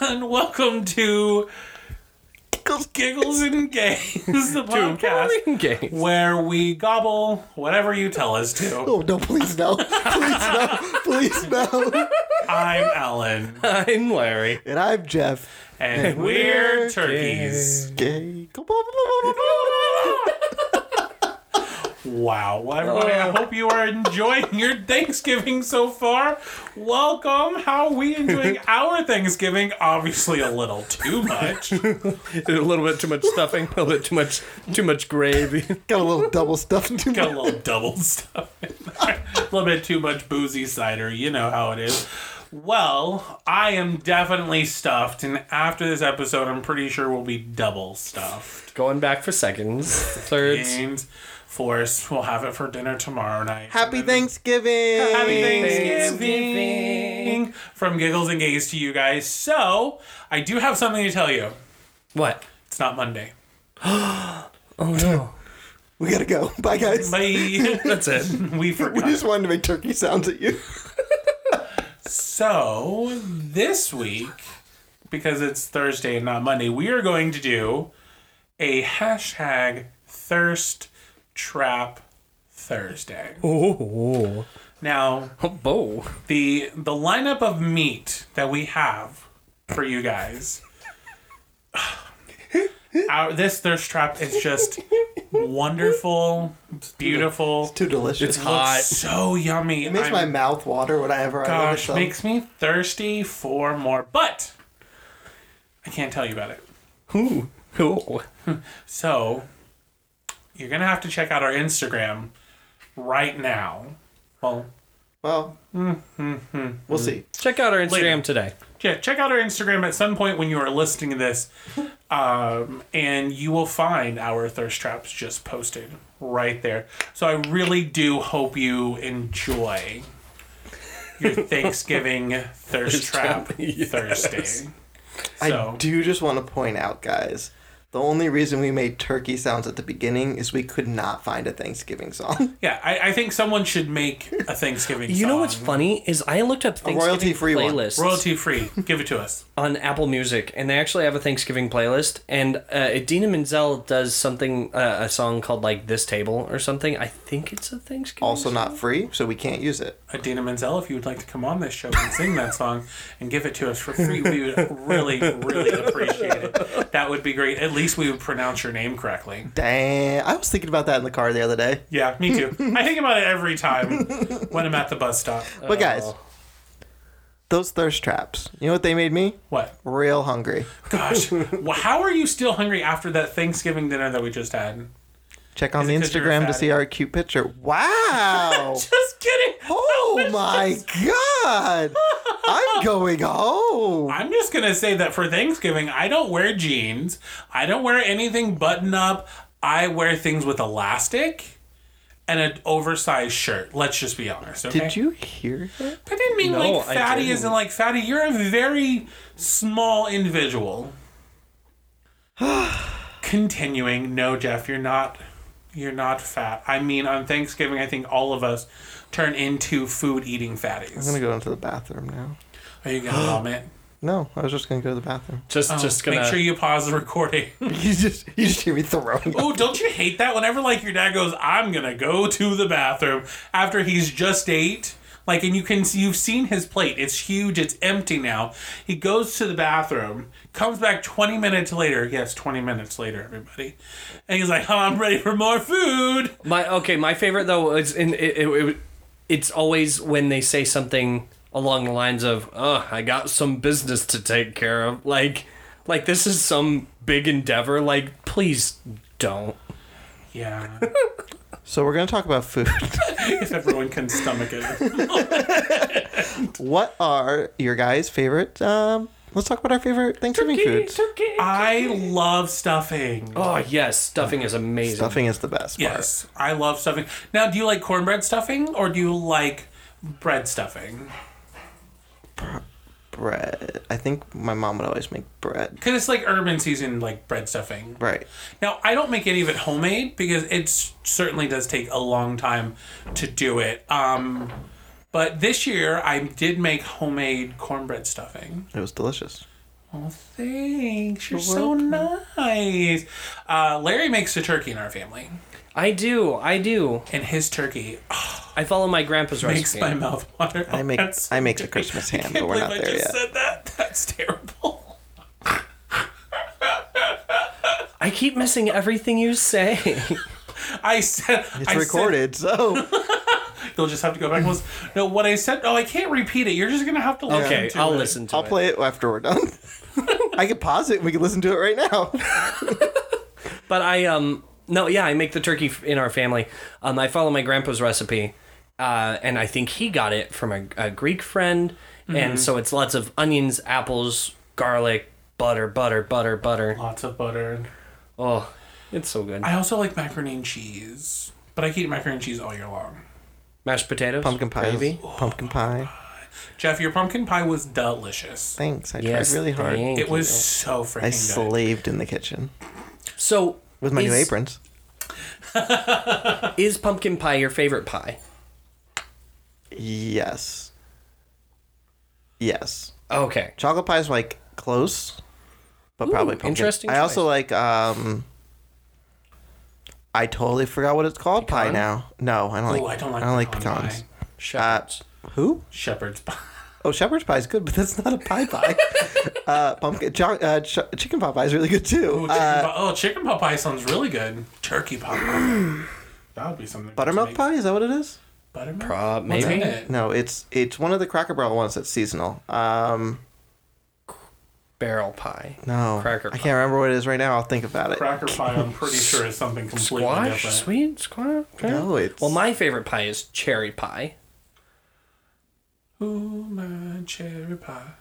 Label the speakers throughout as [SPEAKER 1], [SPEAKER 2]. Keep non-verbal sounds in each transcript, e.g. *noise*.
[SPEAKER 1] welcome to Giggles, Giggles and Games, the podcast
[SPEAKER 2] Halloween games.
[SPEAKER 1] where we gobble whatever you tell us to. *laughs*
[SPEAKER 3] Oh no! Please no! Please no! Please no!
[SPEAKER 1] I'm Ellen,
[SPEAKER 2] I'm Larry.
[SPEAKER 3] And I'm Jeff.
[SPEAKER 1] and we're turkeys.
[SPEAKER 3] Gay.
[SPEAKER 1] Wow. Well, everybody, I hope you are enjoying your Thanksgiving so far. Welcome. How are we enjoying our Thanksgiving? Obviously, a little too much.
[SPEAKER 2] A little bit too much stuffing, a little bit too much too much gravy.
[SPEAKER 3] Got a little double stuff into
[SPEAKER 1] Got
[SPEAKER 3] my
[SPEAKER 1] a little double stuff in there. A little bit too much boozy cider. You know how it is. Well, I am definitely stuffed, and after this episode, I'm pretty sure we'll be double stuffed.
[SPEAKER 2] Going back for seconds, thirds.
[SPEAKER 1] And fourth, we'll have it for dinner tomorrow night.
[SPEAKER 3] Happy Thanksgiving.
[SPEAKER 1] Happy Thanksgiving
[SPEAKER 2] Thanksgiving.
[SPEAKER 1] from Giggles and Gays to you guys. So, I do have something to tell you.
[SPEAKER 2] What?
[SPEAKER 1] It's not Monday.
[SPEAKER 2] Oh no.
[SPEAKER 3] We gotta go. Bye, guys.
[SPEAKER 1] Bye. *laughs*
[SPEAKER 2] That's it.
[SPEAKER 1] we
[SPEAKER 3] We
[SPEAKER 1] forgot.
[SPEAKER 3] just wanted to make turkey sounds at you.
[SPEAKER 1] So, this week, because it's Thursday and not Monday, we are going to do a hashtag thirst trap Thursday.
[SPEAKER 2] *laughs* Oh.
[SPEAKER 1] Now,
[SPEAKER 2] Bo.
[SPEAKER 1] the the lineup of meat that we have for you guys. Our, this thirst trap is just wonderful, beautiful.
[SPEAKER 3] Too delicious.
[SPEAKER 2] It's
[SPEAKER 3] it
[SPEAKER 2] hot.
[SPEAKER 1] So yummy.
[SPEAKER 3] makes my mouth water whenever I look
[SPEAKER 1] gosh,
[SPEAKER 3] at them.
[SPEAKER 1] makes me thirsty for more. But I can't tell you about it.
[SPEAKER 2] Ooh. Ooh.
[SPEAKER 1] So you're gonna have to check out our Instagram right now. Well,
[SPEAKER 3] Well, we'll see.
[SPEAKER 2] Check out our Instagram
[SPEAKER 1] Later.
[SPEAKER 2] today.
[SPEAKER 1] yeah, check out our Instagram at some point when you are listening to this, um, and you will find our thirst traps just posted right there. So I really do hope you enjoy
[SPEAKER 2] *laughs*
[SPEAKER 1] your Thanksgiving thirst trap
[SPEAKER 2] trap, *laughs* yes.
[SPEAKER 1] Thursday.
[SPEAKER 3] I do just want to point out, guys. The only reason we made turkey sounds at the beginning is we could not find a Thanksgiving song.
[SPEAKER 1] Yeah, I, I think someone should make a Thanksgiving.
[SPEAKER 2] You know what's
[SPEAKER 1] song.
[SPEAKER 2] funny is I looked up Thanksgiving
[SPEAKER 3] royalty-free one.
[SPEAKER 2] playlists
[SPEAKER 1] royalty free? Give it to us.
[SPEAKER 2] on Apple Music, and they actually have a Thanksgiving playlist. And uh, Idina Menzel does something, uh, a song called like "This Table" or something. I think it's a Thanksgiving.
[SPEAKER 3] Also, not free, so we can't use it.
[SPEAKER 1] Adina Menzel, if you would like to come on this show and sing that song and give it to us for free, we would really, really appreciate it. That would be great. At least we would pronounce your name correctly.
[SPEAKER 3] Damn. I was thinking about that in the car the other day.
[SPEAKER 1] Yeah, me too. I think about it every time when I'm at the bus stop.
[SPEAKER 3] But, guys, those thirst traps, you know what they made me?
[SPEAKER 1] What?
[SPEAKER 3] Real hungry.
[SPEAKER 1] Gosh, well, how are you still hungry after that Thanksgiving dinner that we just had?
[SPEAKER 3] Check on the
[SPEAKER 1] Is it 'cause you're a
[SPEAKER 3] Instagram to
[SPEAKER 1] fatty?
[SPEAKER 3] see our cute picture. Wow.
[SPEAKER 1] Just kidding.
[SPEAKER 3] oh my god. I'm going home.
[SPEAKER 1] I'm just gonna say that for Thanksgiving, I don't wear jeans. I don't wear anything button up. I wear things with elastic and an oversized shirt. Let's just be honest. Okay?
[SPEAKER 3] Did you hear that?
[SPEAKER 1] But I didn't mean
[SPEAKER 2] No,
[SPEAKER 1] like
[SPEAKER 2] I
[SPEAKER 1] fatty
[SPEAKER 2] didn't.
[SPEAKER 1] isn't like fatty. You're a very small individual. Continuing, no, Jeff, you're not. You're not fat. I mean, on Thanksgiving, I think all of us turn into food eating
[SPEAKER 3] I'm
[SPEAKER 1] fatties.
[SPEAKER 3] gonna go into the bathroom now.
[SPEAKER 1] Are you gonna vomit?
[SPEAKER 3] No, I was just gonna go to the bathroom.
[SPEAKER 2] just *gasps* just gonna
[SPEAKER 1] oh, Make sure you pause the recording.
[SPEAKER 3] You just you just hear me throwing. up.
[SPEAKER 1] Oh, don't you hate that? Whenever like your dad goes, I'm gonna go to the bathroom after he's just ate. Like, and you can see you've seen his plate. It's huge. It's empty now. He goes to the bathroom, comes back 20 minutes later. Yes, 20 minutes later, everybody. And he's like, oh, I'm ready for more food.
[SPEAKER 2] my okay. My favorite though is in it, it, it- It's always when they say something along the lines of "Oh, I got some business to take care of." Like, like this is some big endeavor. Like, please don't.
[SPEAKER 1] Yeah,
[SPEAKER 3] So we're gonna talk about food.
[SPEAKER 1] *laughs* if everyone can stomach it.
[SPEAKER 3] what are your guys' favorite? Um, let's talk about our favorite Thanksgiving foods.
[SPEAKER 1] I love stuffing.
[SPEAKER 2] Oh yes, stuffing is amazing.
[SPEAKER 3] Stuffing is the best. part.
[SPEAKER 1] Yes, I love stuffing. Now, do you like cornbread stuffing or do you like bread stuffing?
[SPEAKER 3] Bread. I think my mom would always make bread.
[SPEAKER 1] Because it's like urban season, like bread stuffing.
[SPEAKER 3] Right.
[SPEAKER 1] Now, I don't make any of it homemade because it certainly does take a long time to do it. Um, but this year, I did make homemade cornbread stuffing.
[SPEAKER 3] It was delicious.
[SPEAKER 1] Oh, thanks. You're so nice. Uh, Larry makes a turkey in our family,
[SPEAKER 2] I do. I do.
[SPEAKER 1] and his turkey oh,
[SPEAKER 2] I follow my grandpa's
[SPEAKER 1] makes
[SPEAKER 2] recipe.
[SPEAKER 1] my mouth water.
[SPEAKER 3] I make
[SPEAKER 1] That's-
[SPEAKER 3] I make the Christmas ham, but we're
[SPEAKER 1] can't
[SPEAKER 3] not
[SPEAKER 1] believe *laughs* I
[SPEAKER 3] there
[SPEAKER 1] just
[SPEAKER 3] yet.
[SPEAKER 1] said that. *laughs* That's terrible.
[SPEAKER 2] I keep missing everything
[SPEAKER 1] *laughs*
[SPEAKER 2] you say.
[SPEAKER 1] I said
[SPEAKER 3] It's
[SPEAKER 1] I said- *laughs*
[SPEAKER 3] recorded, so
[SPEAKER 1] they'll just have to go back and listen. No, what I said. Oh, I can't repeat it. You're just gonna have to listen.
[SPEAKER 2] okay,
[SPEAKER 1] to
[SPEAKER 2] I'll
[SPEAKER 1] it.
[SPEAKER 2] listen to
[SPEAKER 3] I'll
[SPEAKER 2] it.
[SPEAKER 3] play it after
[SPEAKER 1] *laughs*
[SPEAKER 3] we're done. I can pause it. and We can listen to it right now.
[SPEAKER 2] But I um no yeah I make the turkey f- in our family. Um, I follow my grandpa's recipe, uh, and I think he got it from a, a Greek friend,
[SPEAKER 3] Mm-hmm.
[SPEAKER 2] and so it's lots of onions, apples, garlic, butter, butter, butter, butter.
[SPEAKER 1] Lots of butter.
[SPEAKER 2] Oh, it's so good.
[SPEAKER 1] I also like macaroni and cheese, but I can eat macaroni and cheese all year long.
[SPEAKER 2] Mashed potatoes,
[SPEAKER 3] Pumpkin pie,
[SPEAKER 2] gravy.
[SPEAKER 3] pumpkin pie.
[SPEAKER 1] Jeff, your pumpkin pie was delicious.
[SPEAKER 3] Thanks. I
[SPEAKER 2] Yes,
[SPEAKER 3] tried really hard.
[SPEAKER 2] thank
[SPEAKER 1] It
[SPEAKER 2] you.
[SPEAKER 1] was so freaking
[SPEAKER 3] I
[SPEAKER 1] good.
[SPEAKER 3] slaved in the kitchen
[SPEAKER 2] so
[SPEAKER 3] with my new
[SPEAKER 2] is-
[SPEAKER 3] aprons.
[SPEAKER 2] Is pumpkin pie your favorite pie?
[SPEAKER 3] Yes. Yes.
[SPEAKER 2] Okay.
[SPEAKER 3] Chocolate pie is like close, but probably pumpkin.
[SPEAKER 2] interesting
[SPEAKER 3] I also
[SPEAKER 2] choice.
[SPEAKER 3] like um. I totally forgot what it's called. Pie
[SPEAKER 2] Pecan?
[SPEAKER 3] now. No, I don't like.
[SPEAKER 1] Ooh, I don't like pecan
[SPEAKER 3] pecans.
[SPEAKER 1] pie.
[SPEAKER 3] Uh,
[SPEAKER 2] Shepherds.
[SPEAKER 3] Who?
[SPEAKER 1] Shepherd's pie.
[SPEAKER 3] Oh, shepherd's pie is good, but that's not a pie *laughs* pie. uh, pumpkin, cho- uh, ch- chicken pot pie is really good
[SPEAKER 1] Ooh,
[SPEAKER 3] too.
[SPEAKER 1] chicken
[SPEAKER 3] Uh,
[SPEAKER 1] pie. *laughs* Oh, chicken pot pie sounds really good. Turkey pot pie. *clears throat* that would be something. good to
[SPEAKER 3] buttermilk
[SPEAKER 1] make.
[SPEAKER 3] pie is that what it is?
[SPEAKER 1] Buttermilk.
[SPEAKER 2] Prob-
[SPEAKER 1] What's in
[SPEAKER 2] maybe.
[SPEAKER 1] it?
[SPEAKER 3] No, it's it's one of the Cracker Barrel ones that's seasonal. Um,
[SPEAKER 2] barrel pie.
[SPEAKER 3] no,
[SPEAKER 2] Cracker
[SPEAKER 3] I can't remember what it is right now. I'll think about it.
[SPEAKER 1] Cracker pie. I'm pretty sure is something completely
[SPEAKER 2] Squash,
[SPEAKER 1] different.
[SPEAKER 2] sweet squash.
[SPEAKER 3] No, it's
[SPEAKER 2] Well, my favorite pie is cherry pie.
[SPEAKER 1] Ooh, my cherry pie.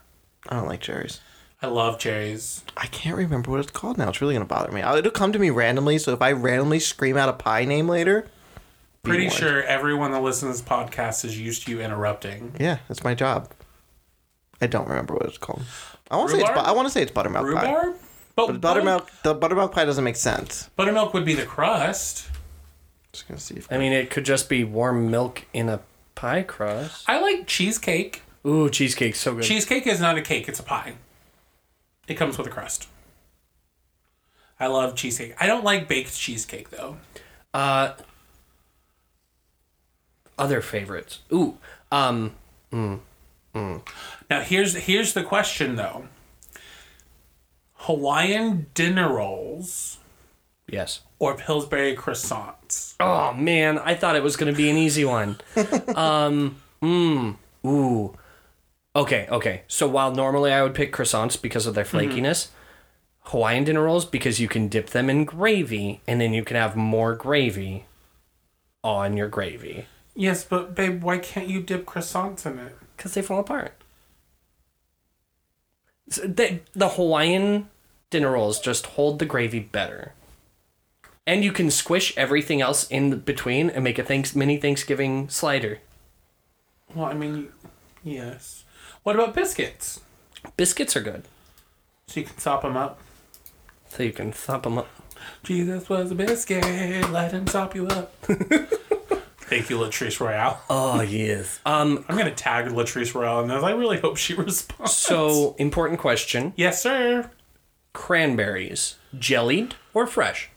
[SPEAKER 3] I don't like cherries.
[SPEAKER 1] I love cherries.
[SPEAKER 3] I can't remember what it's called now. It's really gonna bother me. I'll- It'll come to me randomly, so if I randomly scream out a pie name later, be
[SPEAKER 1] Pretty
[SPEAKER 3] warned.
[SPEAKER 1] sure everyone that listens to this podcast is used to you interrupting.
[SPEAKER 3] Yeah, that's my job. I don't remember what it's called. I want to say it's. Bu-
[SPEAKER 1] Rhubarb?
[SPEAKER 3] I want to say it's buttermilk pie.
[SPEAKER 1] Rhubarb? But,
[SPEAKER 3] But buttermilk, the buttermilk pie doesn't make sense.
[SPEAKER 1] Buttermilk would be the crust.
[SPEAKER 3] Just gonna see if
[SPEAKER 2] I mean, it could just be warm milk in a pie crust.
[SPEAKER 1] I like cheesecake.
[SPEAKER 2] Ooh, cheesecake's so good.
[SPEAKER 1] Cheesecake is not a cake, it's a pie. It comes with a crust. I love cheesecake. I don't like baked cheesecake though.
[SPEAKER 2] Uh, other favorites. Ooh, um,
[SPEAKER 1] Now here's here's the question though. Hawaiian dinner rolls
[SPEAKER 2] yes.
[SPEAKER 1] or Pillsbury croissants?
[SPEAKER 2] Oh man, I thought it was gonna be an easy one. um, mm, ooh. Okay, okay. So while normally I would pick croissants because of their flakiness, Hawaiian dinner rolls because you can dip them in gravy and then you can have more gravy on your gravy
[SPEAKER 1] Yes, but babe, why can't you dip croissants in it?
[SPEAKER 2] because they fall apart. S- they- the Hawaiian dinner rolls just hold the gravy better. And you can squish everything else in between and make a thanks mini Thanksgiving slider.
[SPEAKER 1] Well, I mean, yes. What about biscuits?
[SPEAKER 2] Biscuits are good.
[SPEAKER 1] So you can sop them up.
[SPEAKER 2] So you can thump them up.
[SPEAKER 1] Jesus was a biscuit. Let him sop you up. *laughs* Thank you, Latrice Royale.
[SPEAKER 2] Oh, yes. Um,
[SPEAKER 1] I'm gonna tag Latrice Royale in this. I really hope she *laughs* responds.
[SPEAKER 2] so, important question.
[SPEAKER 1] yes, sir.
[SPEAKER 2] Cranberries, jellied or fresh?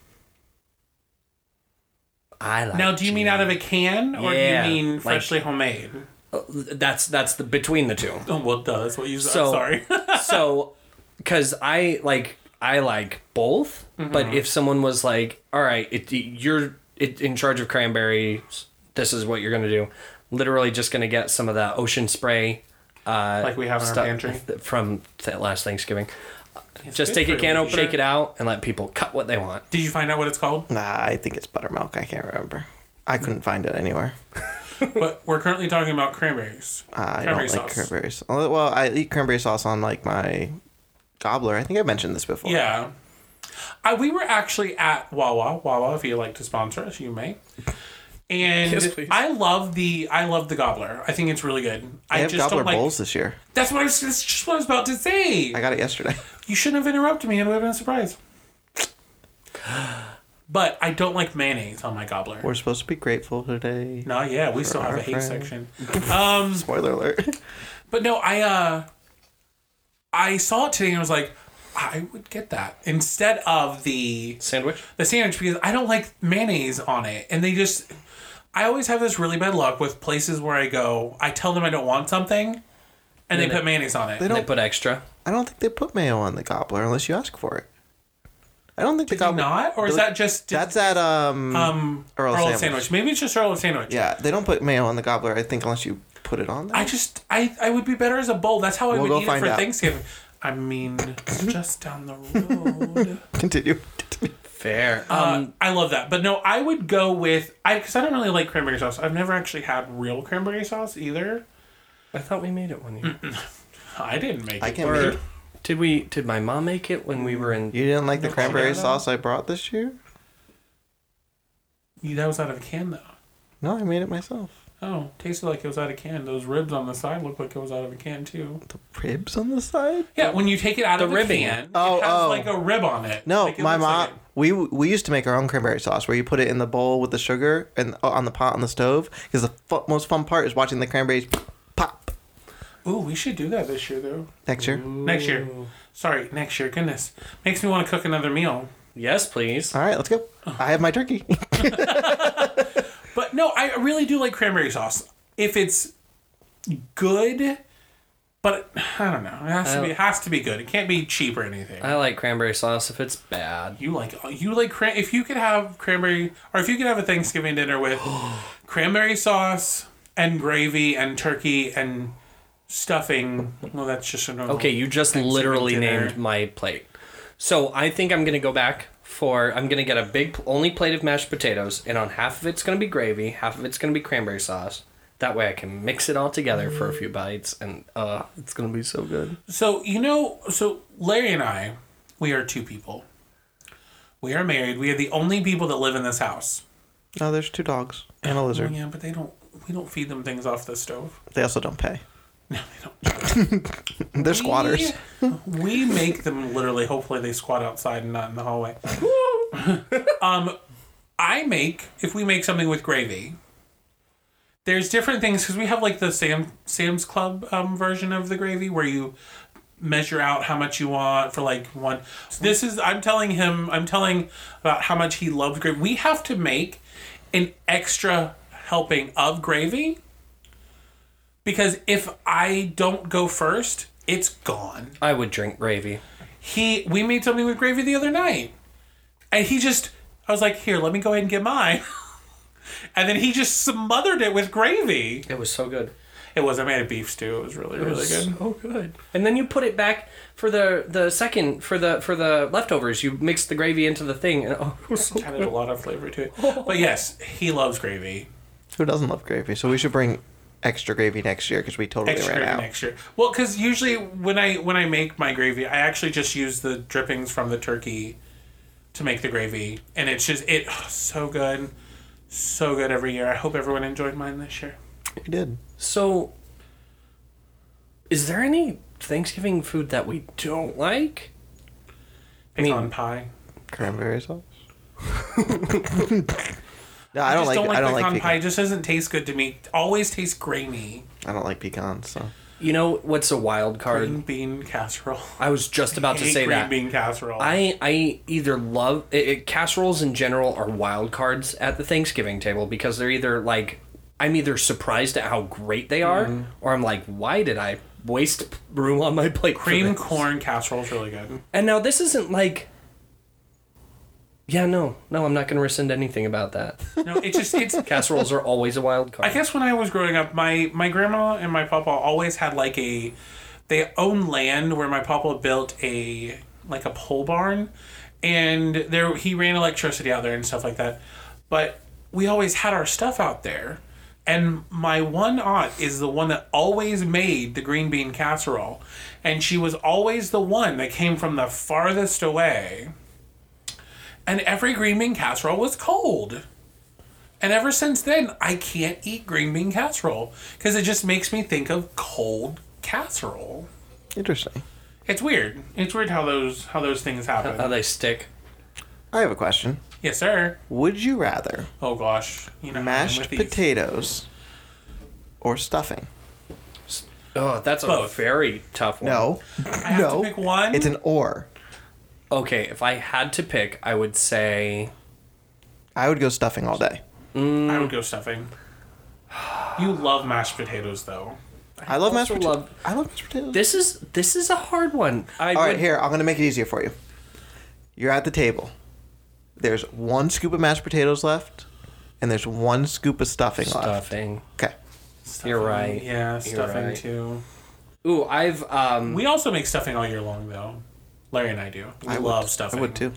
[SPEAKER 2] I like
[SPEAKER 1] Now, do you mean out of a can, or
[SPEAKER 2] Yeah,
[SPEAKER 1] do you mean
[SPEAKER 2] like-
[SPEAKER 1] freshly homemade?
[SPEAKER 2] That's, that's the between the two.
[SPEAKER 1] Oh, well, duh, that's what you *laughs* said.
[SPEAKER 2] So-
[SPEAKER 1] Sorry.
[SPEAKER 2] so because i like i like both but if someone was like all right it, you're it, in charge of cranberries this is what you're gonna do literally just gonna get some of that ocean spray uh,
[SPEAKER 1] Like we have in our
[SPEAKER 2] stuff
[SPEAKER 1] pantry?
[SPEAKER 2] th- from th- last thanksgiving just
[SPEAKER 1] good
[SPEAKER 2] take a
[SPEAKER 1] for
[SPEAKER 2] can
[SPEAKER 1] you.
[SPEAKER 2] opener
[SPEAKER 1] Sure.
[SPEAKER 2] shake it out and let people cut what they want
[SPEAKER 1] Did you find out what it's called?
[SPEAKER 3] *laughs* Nah, I think it's buttermilk. I can't remember. I couldn't find it anywhere. Uh,
[SPEAKER 1] but we're currently talking about cranberries. Cranberry
[SPEAKER 3] I don't like
[SPEAKER 1] sauce.
[SPEAKER 3] cranberry sauce. Well, I eat cranberry sauce on like my gobbler. I think I mentioned this before.
[SPEAKER 1] Yeah. I, we were actually at Wawa. Wawa, if you'd like to sponsor us, you may. And
[SPEAKER 2] Yes, please.
[SPEAKER 1] I love the I love the gobbler. I think it's really good. I
[SPEAKER 3] I have
[SPEAKER 1] just
[SPEAKER 3] gobbler
[SPEAKER 1] don't like.
[SPEAKER 3] bowls this year.
[SPEAKER 1] That's what I was. That's just what I was about to say.
[SPEAKER 3] I got it yesterday. *laughs*
[SPEAKER 1] You shouldn't have interrupted me. It would have been a surprise. *gasps* But I don't like mayonnaise on my gobbler.
[SPEAKER 3] We're supposed to be grateful today.
[SPEAKER 1] no, yeah, we still have
[SPEAKER 3] our
[SPEAKER 1] a hate
[SPEAKER 3] friend.
[SPEAKER 1] section. Um,
[SPEAKER 3] Spoiler alert.
[SPEAKER 1] but no, I uh, I saw it today and I was like, I would get that instead of the
[SPEAKER 2] Sandwich?
[SPEAKER 1] the sandwich because I don't like mayonnaise on it. And they just, I always have this really bad luck with places where I go. I tell them I don't want something, and they
[SPEAKER 2] they-
[SPEAKER 1] put mayonnaise on it.
[SPEAKER 3] They
[SPEAKER 2] And
[SPEAKER 3] don't.
[SPEAKER 2] they put extra.
[SPEAKER 3] I don't think they put mayo on the gobbler unless you ask for it. I don't think the
[SPEAKER 1] Do you
[SPEAKER 3] gobbler.
[SPEAKER 1] not, or is
[SPEAKER 3] Really?
[SPEAKER 1] that just
[SPEAKER 3] That's at um.
[SPEAKER 1] um
[SPEAKER 3] Earl
[SPEAKER 1] Earl, sandwich.
[SPEAKER 3] Sandwich.
[SPEAKER 1] Maybe it's just Earl sandwich.
[SPEAKER 3] yeah, they don't put mayo on the gobbler. I think unless you put it on there.
[SPEAKER 1] I just I I would be better as a bowl. That's how I
[SPEAKER 3] We'll go
[SPEAKER 1] would eat it
[SPEAKER 3] find
[SPEAKER 1] for
[SPEAKER 3] out.
[SPEAKER 1] Thanksgiving. I mean,
[SPEAKER 3] *laughs*
[SPEAKER 1] it's just down the road. *laughs*
[SPEAKER 3] Continue.
[SPEAKER 2] Fair.
[SPEAKER 3] Um,
[SPEAKER 1] Uh, I love that, but no, I would go with I because I don't really like cranberry sauce. I've never actually had real cranberry sauce either.
[SPEAKER 2] I thought we made it one year.
[SPEAKER 1] I didn't make
[SPEAKER 3] I
[SPEAKER 1] it.
[SPEAKER 3] can't.
[SPEAKER 2] Or
[SPEAKER 3] believe
[SPEAKER 2] did we? Did my mom make it when we were in?
[SPEAKER 3] You didn't like the
[SPEAKER 1] No,
[SPEAKER 3] cranberry
[SPEAKER 1] tomato?
[SPEAKER 3] sauce I brought this year?
[SPEAKER 1] Yeah, That was out of a can though.
[SPEAKER 3] No, I made it myself.
[SPEAKER 1] Oh, tasted like it was out of a can. Those ribs on the side look like it was out of a can too.
[SPEAKER 3] The ribs on the side?
[SPEAKER 1] Yeah, when you take it out
[SPEAKER 2] The
[SPEAKER 1] of the
[SPEAKER 2] ribbing.
[SPEAKER 1] can,
[SPEAKER 3] Oh,
[SPEAKER 1] it has
[SPEAKER 3] oh.
[SPEAKER 1] like a rib on it.
[SPEAKER 3] No,
[SPEAKER 1] Like, it
[SPEAKER 3] my
[SPEAKER 1] looks
[SPEAKER 3] mom.
[SPEAKER 1] like it-
[SPEAKER 3] we we used to make our own cranberry sauce, where you put it in the bowl with the sugar and uh, on the pot on the stove. Because the fu- most fun part is watching the cranberries pop.
[SPEAKER 1] Ooh, we should do that this year though.
[SPEAKER 3] Next year.
[SPEAKER 1] Next year. Sorry, next year. Goodness, makes me want to cook another meal.
[SPEAKER 2] Yes, please.
[SPEAKER 3] All right, let's go. I have my turkey. *laughs*
[SPEAKER 1] But no, I really do like cranberry sauce. If it's good, but I don't know. It has to be. It has to be good. It can't be cheap or anything.
[SPEAKER 2] I like cranberry sauce if it's bad.
[SPEAKER 1] you like you like cran. If you could have cranberry, or if you could have a Thanksgiving dinner
[SPEAKER 2] *gasps*
[SPEAKER 1] with cranberry sauce and gravy and turkey and stuffing. Well, that's just a normal.
[SPEAKER 2] Okay, you just literally
[SPEAKER 1] dinner.
[SPEAKER 2] named my plate. So I think I'm gonna go back for I'm gonna get a big pl- only plate of mashed potatoes, and on half of it's gonna be gravy, half of it's gonna be cranberry sauce. That way I can mix it all together for a few bites, and uh, it's gonna be so good.
[SPEAKER 1] So you know, so Larry and I, we are two people. We are married. We are the only people that live in this house.
[SPEAKER 3] no, there's two dogs and a
[SPEAKER 1] Oh,
[SPEAKER 3] lizard.
[SPEAKER 1] yeah, but they don't. We don't feed them things off the stove.
[SPEAKER 3] They also don't pay.
[SPEAKER 1] *laughs* No, they don't.
[SPEAKER 3] *laughs* They're squatters.
[SPEAKER 1] We, we make them literally. Hopefully, they squat outside and not in the hallway. um, I make if we make something with gravy. There's different things because we have like the Sam Sam's Club um, version of the gravy where you measure out how much you want for like one. So this is I'm telling him I'm telling about how much he loves gravy. We have to make an extra helping of gravy because if I don't go first, it's gone.
[SPEAKER 2] I would drink gravy.
[SPEAKER 1] He we made something with gravy the other night, and he just I was like, here, let me go ahead and get mine. *laughs* And then he just smothered it with gravy.
[SPEAKER 2] It was so good.
[SPEAKER 1] It was. I made a beef stew. It was really, really good.
[SPEAKER 2] So good. And then you put it back for the the second for the for the leftovers. You mix the gravy into the thing, and oh, it was so
[SPEAKER 1] Added a lot of flavor to it. But yes, he loves gravy.
[SPEAKER 3] Who doesn't love gravy? So we should bring extra gravy next year because we totally
[SPEAKER 1] extra
[SPEAKER 3] ran
[SPEAKER 1] gravy
[SPEAKER 3] out.
[SPEAKER 1] next year. Well, because usually when I when I make my gravy, I actually just use the drippings from the turkey to make the gravy, and it's just it oh, so good, so good every year. I hope everyone enjoyed mine this year.
[SPEAKER 3] We did.
[SPEAKER 2] So, is there any Thanksgiving food that we don't like?
[SPEAKER 1] Pecan
[SPEAKER 2] mean-
[SPEAKER 1] pie.
[SPEAKER 3] Cranberry sauce. *laughs* no, I don't
[SPEAKER 1] just
[SPEAKER 3] like. I don't like
[SPEAKER 1] pecan
[SPEAKER 3] pecan.
[SPEAKER 1] pie. It just doesn't taste good to me. Always tastes grainy.
[SPEAKER 3] I don't like pecans. So
[SPEAKER 2] You know what's a wild card?
[SPEAKER 1] Green bean casserole.
[SPEAKER 2] I was just about to
[SPEAKER 1] Hate
[SPEAKER 2] say
[SPEAKER 1] green
[SPEAKER 2] that.
[SPEAKER 1] bean casserole.
[SPEAKER 2] I I either love it, it, casseroles in general are wild cards at the Thanksgiving table because they're either like I'm either surprised at how great they are
[SPEAKER 1] Mm-hmm.
[SPEAKER 2] or I'm like why did I waste room on my plate for
[SPEAKER 1] cream
[SPEAKER 2] this?
[SPEAKER 1] corn casserole is really good.
[SPEAKER 2] And now this isn't like Yeah, no. No, I'm not going to rescind anything about
[SPEAKER 1] *laughs*
[SPEAKER 2] that.
[SPEAKER 1] No, it just it's
[SPEAKER 2] casseroles are always a wild card.
[SPEAKER 1] I guess when I was growing up, my my grandma and my papa always had like a they owned land where my papa built a like a pole barn, and there he ran electricity out there and stuff like that. But we always had our stuff out there, and my one aunt is the one that always made the green bean casserole, and she was always the one that came from the farthest away. And every green bean casserole was cold. And ever since then, I can't eat green bean casserole because it just makes me think of cold casserole.
[SPEAKER 3] interesting.
[SPEAKER 1] It's weird. It's weird how those how those things
[SPEAKER 2] how
[SPEAKER 1] happen.
[SPEAKER 2] they stick.
[SPEAKER 3] I have a question.
[SPEAKER 1] Yes, sir.
[SPEAKER 3] Would you rather
[SPEAKER 1] Oh gosh, you know, I'm
[SPEAKER 3] mashed
[SPEAKER 1] with these.
[SPEAKER 3] potatoes or stuffing?
[SPEAKER 2] Oh, that's a
[SPEAKER 1] Both.
[SPEAKER 2] very tough one.
[SPEAKER 3] No.
[SPEAKER 1] I have
[SPEAKER 3] no.
[SPEAKER 1] to pick one.
[SPEAKER 3] It's an or.
[SPEAKER 2] Okay, if I had to pick, I would say
[SPEAKER 3] I would go stuffing all day.
[SPEAKER 1] I would go stuffing. You love mashed potatoes, though.
[SPEAKER 3] I love mashed
[SPEAKER 2] also
[SPEAKER 3] potatoes.
[SPEAKER 2] love-
[SPEAKER 3] I love mashed potatoes.
[SPEAKER 2] this is this is a hard one. I
[SPEAKER 3] All
[SPEAKER 2] would,
[SPEAKER 3] right, here, I'm going to make it easier for you. You're at the table. There's one scoop of mashed potatoes left, and there's one scoop of stuffing left.
[SPEAKER 2] stuffing.
[SPEAKER 3] Okay.
[SPEAKER 1] Stuffing,
[SPEAKER 2] You're right.
[SPEAKER 1] Yeah,
[SPEAKER 2] You're
[SPEAKER 1] stuffing
[SPEAKER 2] right.
[SPEAKER 1] too.
[SPEAKER 2] Ooh, I've um
[SPEAKER 1] We also make stuffing all year long, though. Larry and I do. We
[SPEAKER 3] I would-
[SPEAKER 1] love stuffing.
[SPEAKER 3] I would too.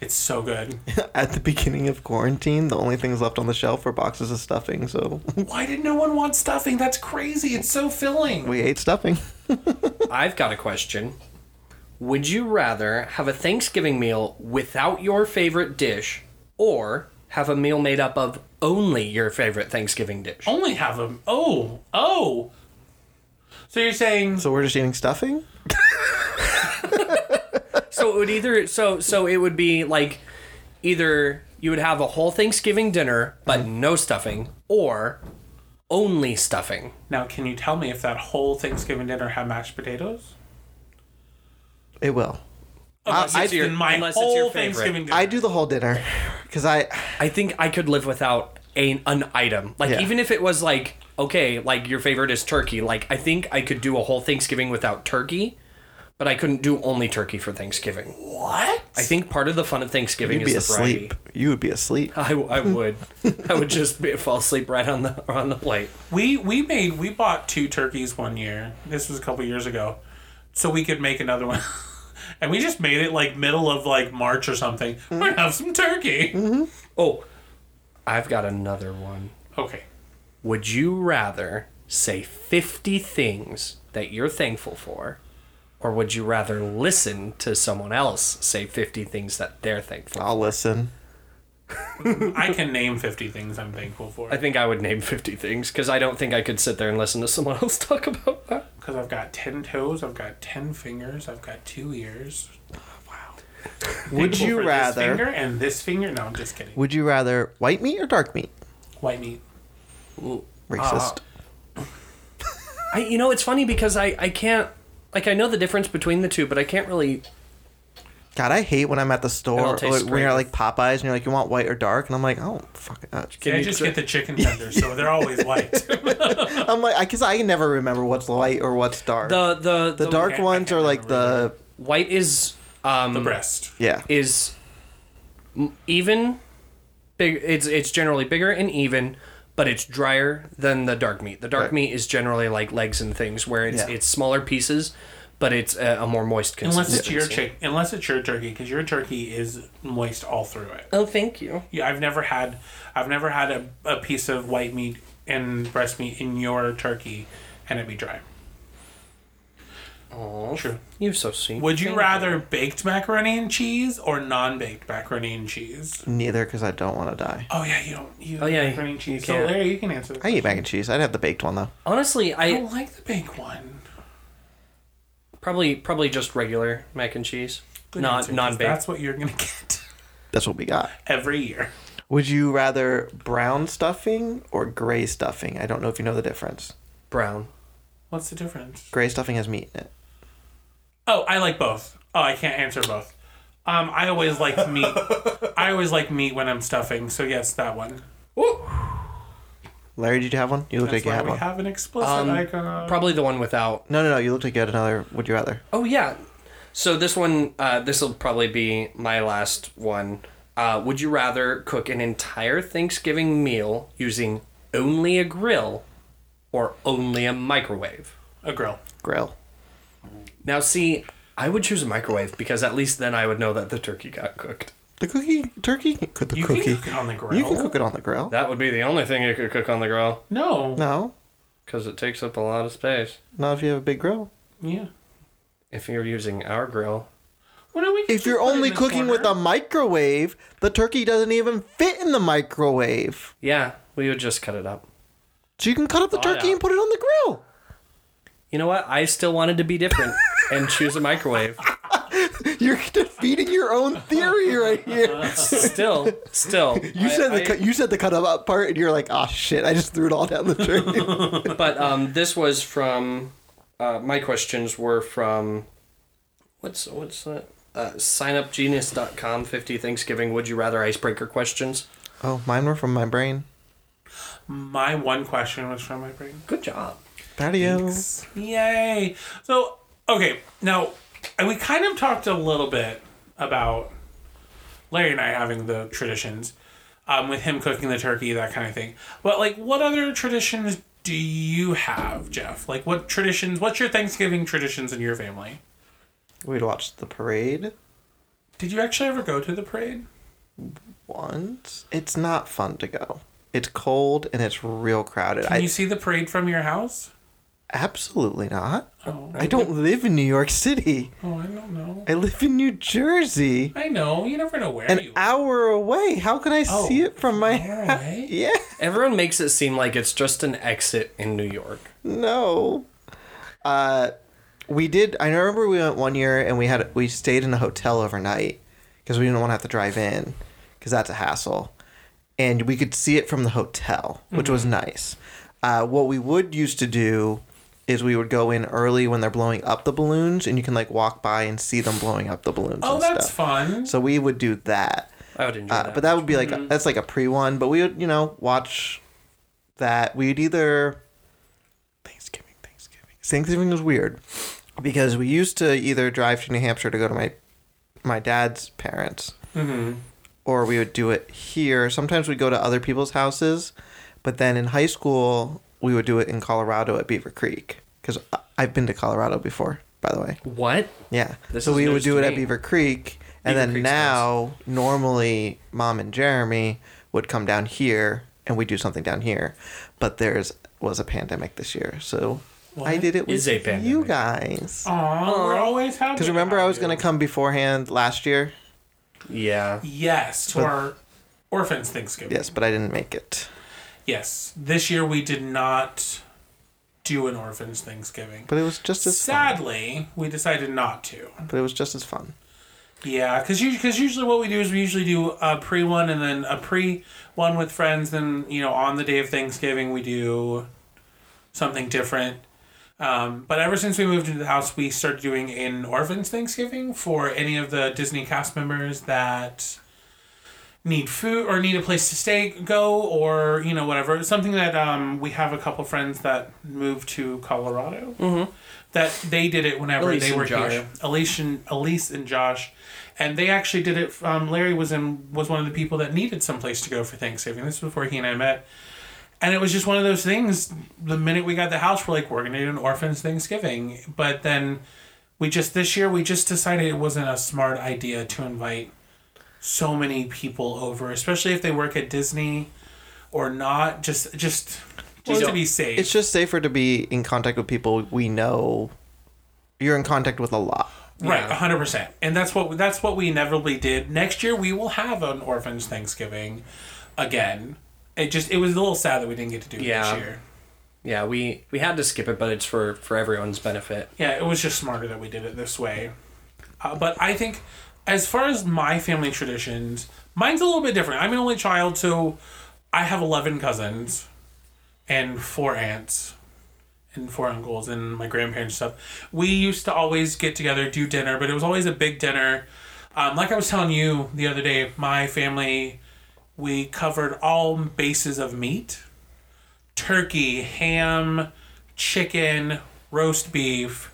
[SPEAKER 1] It's so
[SPEAKER 3] *laughs*
[SPEAKER 1] good.
[SPEAKER 3] at the beginning of quarantine, the only things left on the shelf were boxes of stuffing, so *laughs*
[SPEAKER 1] Why did no one want stuffing? That's crazy. It's so filling.
[SPEAKER 3] we ate stuffing.
[SPEAKER 2] I've got a question. Would you rather have a Thanksgiving meal without your favorite dish or have a meal made up of only your favorite Thanksgiving dish?
[SPEAKER 1] Only have them. Oh, oh. So you're saying
[SPEAKER 3] So we're just eating stuffing?
[SPEAKER 2] So it would either so so it would be like either you would have a whole Thanksgiving dinner but
[SPEAKER 3] Mm-hmm.
[SPEAKER 2] no stuffing or only stuffing.
[SPEAKER 1] now? Can you tell me if that whole Thanksgiving dinner had mashed potatoes?
[SPEAKER 3] It will.
[SPEAKER 1] Unless
[SPEAKER 3] Uh, I-
[SPEAKER 1] it's
[SPEAKER 2] your-
[SPEAKER 1] in my
[SPEAKER 2] unless it's
[SPEAKER 1] whole
[SPEAKER 2] your favorite.
[SPEAKER 1] Thanksgiving dinner.
[SPEAKER 3] I do the whole dinner because I
[SPEAKER 2] I think I could live without a, an item. Like
[SPEAKER 3] Yeah.
[SPEAKER 2] even if it was like okay, like your favorite is turkey. Like I think I could do a whole Thanksgiving without turkey, but I couldn't do only turkey for Thanksgiving.
[SPEAKER 1] what?
[SPEAKER 2] I think part of the fun of Thanksgiving
[SPEAKER 3] you'd be
[SPEAKER 2] is the
[SPEAKER 3] asleep.
[SPEAKER 2] variety.
[SPEAKER 3] You would be asleep.
[SPEAKER 2] *laughs* I, w- I would I would just be, fall asleep right on the on the plate.
[SPEAKER 1] We we made we bought two turkeys one year. This was a couple years ago, so we could make another one. *laughs* and we just made it like middle of like March or something. We're gonna have some turkey.
[SPEAKER 3] Mm-hmm.
[SPEAKER 2] Oh, I've got another one.
[SPEAKER 1] Okay.
[SPEAKER 2] Would you rather say 50 things that you're thankful for, or would you rather listen to someone else say 50 things that they're thankful for?
[SPEAKER 3] I'll listen.
[SPEAKER 1] I can name fifty things I'm thankful for
[SPEAKER 2] I think I would name 50 things because I don't think I could sit there and listen to someone *laughs* else talk about that.
[SPEAKER 1] because I've got ten toes, I've got ten fingers, I've got two ears. Wow.
[SPEAKER 3] Would
[SPEAKER 1] Thankful for
[SPEAKER 3] you
[SPEAKER 1] this finger
[SPEAKER 3] rather?
[SPEAKER 1] and this finger? No, I'm just kidding.
[SPEAKER 3] Would you rather white meat or dark meat?
[SPEAKER 1] White meat. Uh,
[SPEAKER 3] Racist.
[SPEAKER 2] I, you know, it's funny because I, I can't, like, I know the difference between the two, but I can't really.
[SPEAKER 3] God, I hate when I'm at the store
[SPEAKER 2] all
[SPEAKER 3] or
[SPEAKER 2] tastes
[SPEAKER 3] when you're at,
[SPEAKER 2] great.
[SPEAKER 3] like Popeyes and you're like, you want white or dark, and I'm like, oh fuck. Uh,
[SPEAKER 1] Can I just get the chicken tenders, so they're always *laughs* white.
[SPEAKER 3] I'm like, I guess I can never remember what's light or what's dark. The,
[SPEAKER 2] The, the, the,
[SPEAKER 3] dark
[SPEAKER 1] can't- I
[SPEAKER 3] ones
[SPEAKER 1] can't
[SPEAKER 3] are like the
[SPEAKER 1] remember
[SPEAKER 2] white is, um,
[SPEAKER 1] the breast.
[SPEAKER 3] yeah.
[SPEAKER 2] is m- even big it's it's generally bigger and even but it's drier than the dark meat the dark
[SPEAKER 3] Right.
[SPEAKER 2] meat is generally like legs and things where it's
[SPEAKER 3] Yeah.
[SPEAKER 2] it's smaller pieces but it's a, a more moist consistency
[SPEAKER 1] Unless it's your chick, unless it's your turkey, because your turkey is moist all through it.
[SPEAKER 2] oh thank you
[SPEAKER 1] Yeah, I've never had, I've never had a, a piece of white meat and breast meat in your turkey, and it be dry.
[SPEAKER 2] oh
[SPEAKER 1] True.
[SPEAKER 2] you're so sweet
[SPEAKER 1] Would you
[SPEAKER 2] Thank
[SPEAKER 1] rather baked macaroni and cheese or non-baked macaroni and cheese?
[SPEAKER 3] Neither, because I don't want to die.
[SPEAKER 1] Oh yeah, you don't. You
[SPEAKER 2] Oh, yeah,
[SPEAKER 1] macaroni and cheese. So
[SPEAKER 2] can't.
[SPEAKER 1] Larry, you can answer. That.
[SPEAKER 3] I eat mac and cheese. I'd have the baked one though.
[SPEAKER 2] honestly
[SPEAKER 1] I
[SPEAKER 2] i
[SPEAKER 1] don't like the baked one.
[SPEAKER 2] probably probably just regular mac and cheese
[SPEAKER 1] Good
[SPEAKER 2] not
[SPEAKER 1] answer, 'cause
[SPEAKER 2] non-baked
[SPEAKER 1] That's what you're gonna *laughs* get
[SPEAKER 3] That's what we got.
[SPEAKER 1] every year.
[SPEAKER 3] Would you rather brown stuffing or gray stuffing? I don't know if you know the difference.
[SPEAKER 2] brown
[SPEAKER 1] What's the difference?
[SPEAKER 3] Gray stuffing has meat in it.
[SPEAKER 1] Oh, I like both. Oh, I can't answer both. Um, I always like meat. I always like meat when I'm stuffing. So yes, that one.
[SPEAKER 3] Larry, did you have one? You looked
[SPEAKER 1] That's
[SPEAKER 3] like you
[SPEAKER 1] why
[SPEAKER 3] had
[SPEAKER 1] we
[SPEAKER 3] one.
[SPEAKER 1] have an explicit icon.
[SPEAKER 2] probably the one without
[SPEAKER 3] no, no, no. You looked like you had another. Would you rather?
[SPEAKER 2] Oh yeah. So this one, uh, this will probably be my last one. Uh, would you rather cook an entire Thanksgiving meal using only a grill or only a microwave?
[SPEAKER 1] a grill.
[SPEAKER 3] Grill.
[SPEAKER 2] Now, see, I would choose a microwave because at least then I would know that the turkey got cooked.
[SPEAKER 3] The cookie, turkey. Cook the
[SPEAKER 1] You
[SPEAKER 3] cookie.
[SPEAKER 1] can cook it on the grill.
[SPEAKER 3] you can cook it on the grill.
[SPEAKER 2] That would be the only thing you could cook on the grill
[SPEAKER 1] No.
[SPEAKER 3] No,
[SPEAKER 2] because it takes up a lot of space.
[SPEAKER 3] not if you have a big grill.
[SPEAKER 1] Yeah.
[SPEAKER 2] If you're using our grill,
[SPEAKER 1] Well, no, we can
[SPEAKER 3] If
[SPEAKER 1] just
[SPEAKER 3] you're
[SPEAKER 1] put it in
[SPEAKER 3] only
[SPEAKER 1] the
[SPEAKER 3] cooking with a
[SPEAKER 1] corner.
[SPEAKER 3] microwave, the turkey doesn't even fit in the microwave.
[SPEAKER 2] yeah, we would just cut it up.
[SPEAKER 3] So you can cut up the
[SPEAKER 2] Oh,
[SPEAKER 3] turkey
[SPEAKER 2] yeah.
[SPEAKER 3] and put it on the grill. *laughs*
[SPEAKER 2] You know what? I still wanted to be different and choose a microwave.
[SPEAKER 3] You're defeating your own theory right
[SPEAKER 1] *laughs*
[SPEAKER 3] here.
[SPEAKER 2] Still, still.
[SPEAKER 3] *laughs* You
[SPEAKER 2] I-
[SPEAKER 3] said
[SPEAKER 2] I-
[SPEAKER 3] the cut you said the cut up "Ah,
[SPEAKER 2] *laughs*
[SPEAKER 3] part, and you're like, oh shit, I just threw it all down the drain.
[SPEAKER 2] But um, this was from uh, my questions were from what's what's that? Uh, signupgenius.com 50 Thanksgiving would you rather icebreaker questions.
[SPEAKER 3] Oh, mine were from my brain.
[SPEAKER 1] My one question was from my brain.
[SPEAKER 2] Good job.
[SPEAKER 3] Patio.
[SPEAKER 1] Yay! So okay, now we kind of talked a little bit about Larry and I having the traditions, um, with him cooking the turkey, that kind of thing. But like, what other traditions do you have, Jeff? Like, what traditions? What's your Thanksgiving traditions in your family?
[SPEAKER 3] We'd watch the parade
[SPEAKER 1] Did you actually ever go to the parade?
[SPEAKER 3] once. It's not fun to go. It's cold and it's real crowded.
[SPEAKER 1] Can
[SPEAKER 3] I
[SPEAKER 1] you see the parade from your house?
[SPEAKER 3] absolutely not.
[SPEAKER 1] Oh,
[SPEAKER 3] I don't live in New York City.
[SPEAKER 1] oh, I don't know.
[SPEAKER 3] I live in New Jersey,
[SPEAKER 1] I know. You never know where
[SPEAKER 3] an
[SPEAKER 1] you.
[SPEAKER 3] hour away. How can I
[SPEAKER 1] Oh,
[SPEAKER 3] see it from my
[SPEAKER 1] far
[SPEAKER 3] house?
[SPEAKER 1] away?
[SPEAKER 3] *laughs* Yeah.
[SPEAKER 2] Everyone makes it seem like it's just an exit in New York.
[SPEAKER 3] No. Uh, we did. I remember we went one year and we had we stayed in a hotel overnight because we didn't want to have to drive in because that's a hassle, and we could see it from the hotel, which was
[SPEAKER 1] Mm-hmm.
[SPEAKER 3] nice. Uh, what we would used to do is we would go in early when they're blowing up the balloons, and you can like walk by and see them blowing up the balloons.
[SPEAKER 1] Oh,
[SPEAKER 3] and
[SPEAKER 1] that's
[SPEAKER 3] stuff.
[SPEAKER 1] fun.
[SPEAKER 3] So we would do that.
[SPEAKER 2] I would enjoy
[SPEAKER 3] Uh,
[SPEAKER 2] that.
[SPEAKER 3] but that would be like a, that's like a pre one. But we would you know watch that. We'd either Thanksgiving, Thanksgiving. Thanksgiving was weird because we used to either drive to New Hampshire to go to my my dad's parents,
[SPEAKER 2] Mm-hmm.
[SPEAKER 3] or we would do it here. Sometimes we'd go to other people's houses, but then in high school we would do it in Colorado at Beaver Creek because I've been to Colorado before. By the way,
[SPEAKER 2] what?
[SPEAKER 3] yeah.
[SPEAKER 2] This
[SPEAKER 3] so
[SPEAKER 2] is
[SPEAKER 3] we would
[SPEAKER 2] news
[SPEAKER 3] do
[SPEAKER 2] to
[SPEAKER 3] it at
[SPEAKER 2] me.
[SPEAKER 3] Beaver Creek, and
[SPEAKER 2] Beaver
[SPEAKER 3] then
[SPEAKER 2] Creek's
[SPEAKER 3] now normally mom and Jeremy would come down here and we do something down here, but there's was a pandemic this year, so I
[SPEAKER 1] What
[SPEAKER 3] did it with
[SPEAKER 2] is a
[SPEAKER 3] you
[SPEAKER 2] pandemic?
[SPEAKER 3] guys.
[SPEAKER 1] Aw, we're always happy.
[SPEAKER 3] Because remember, I was
[SPEAKER 1] to.
[SPEAKER 3] gonna
[SPEAKER 1] have
[SPEAKER 3] come beforehand last year.
[SPEAKER 2] Yeah.
[SPEAKER 1] you. Yes, to our orphans Thanksgiving.
[SPEAKER 3] Yes, but I didn't make it.
[SPEAKER 1] Yes. This year we did not do an orphans Thanksgiving.
[SPEAKER 3] But it was just as fun.
[SPEAKER 1] Sadly, we decided not to.
[SPEAKER 3] But it was just as fun.
[SPEAKER 1] Yeah, because usually what we do is we usually do a pre one and then a pre one with friends. Then you know on the day of Thanksgiving we do something different. Um, but ever since we moved into the house, we started doing an orphans Thanksgiving for any of the Disney cast members that need food or need a place to stay, go or you know whatever. Something that um, we have a couple friends that moved to Colorado that they did it whenever
[SPEAKER 2] Mm-hmm. Elise
[SPEAKER 1] they
[SPEAKER 2] and
[SPEAKER 1] were
[SPEAKER 2] Josh.
[SPEAKER 1] here. Elise and Elise and Josh, and they actually did it. Um, Larry was in was one of the people that needed some place to go for Thanksgiving. This was before he and I met, and it was just one of those things. The minute we got the house, we're like, we're gonna do an orphans Thanksgiving, but then we just this year we just decided it wasn't a smart idea to invite so many people over, especially if they work at Disney or not. Just just just to be safe.
[SPEAKER 3] It's just safer to be in contact with people we know. You're in contact with a lot.
[SPEAKER 1] Right, hundred percent, and that's what that's what we inevitably did. Next year we will have an orphans Thanksgiving, again. It just it was a little sad that we didn't get to do it
[SPEAKER 2] Yeah.
[SPEAKER 1] this year.
[SPEAKER 2] Yeah, we we had to skip it, but it's for for everyone's benefit.
[SPEAKER 1] Yeah, it was just smarter that we did it this way. Uh, but I think, as far as my family traditions, mine's a little bit different. I'm an only child, so I have eleven cousins, and four aunts, and four uncles, and my grandparents and stuff. We used to always get together, do dinner, but it was always a big dinner. Um, like I was telling you the other day, my family, we covered all bases of meat turkey, ham, chicken, roast beef.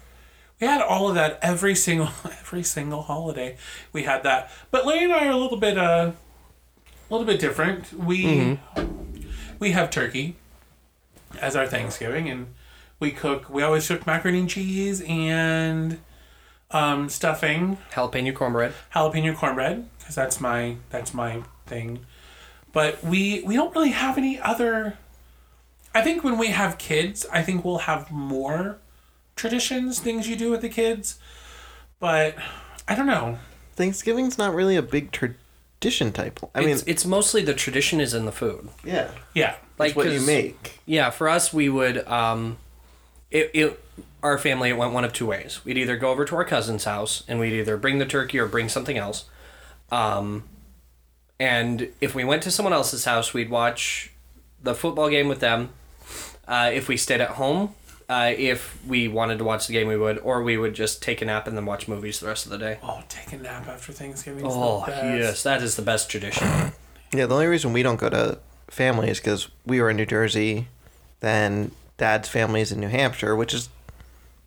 [SPEAKER 1] We had all of that every single *laughs* every single holiday. We had that. But Larry and I are a little bit uh a little bit different. We we have turkey as our Thanksgiving and we cook we always cook macaroni and cheese and um stuffing
[SPEAKER 2] Jalapeno cornbread.
[SPEAKER 1] jalapeno cornbread because that's my that's my thing. But we we don't really have any other. I think when we have kids, I think we'll have more traditions, things you do with the kids. But I don't know.
[SPEAKER 3] Thanksgiving's not really a big tradition type. I mean,
[SPEAKER 2] it's, it's mostly the tradition is in the food.
[SPEAKER 3] yeah,
[SPEAKER 1] Yeah,
[SPEAKER 3] it's what you
[SPEAKER 2] 'cause-
[SPEAKER 3] make.
[SPEAKER 2] Yeah, for us, we would. Um, it, it our family it went one of two ways. We'd either go over to our cousin's house and we'd either bring the turkey or bring something else. Um, and if we went to someone else's house, we'd watch the football game with them. Uh, if we stayed at home, uh, uh, if we wanted to watch the game, we would, or we would just take a nap and then watch movies the rest of the day.
[SPEAKER 1] Oh, take a nap after Thanksgiving. is the
[SPEAKER 2] Oh
[SPEAKER 1] best.
[SPEAKER 2] yes, that is the best tradition.
[SPEAKER 3] Yeah, the only reason we don't go to family is because we were in New Jersey, then dad's family is in New Hampshire, which is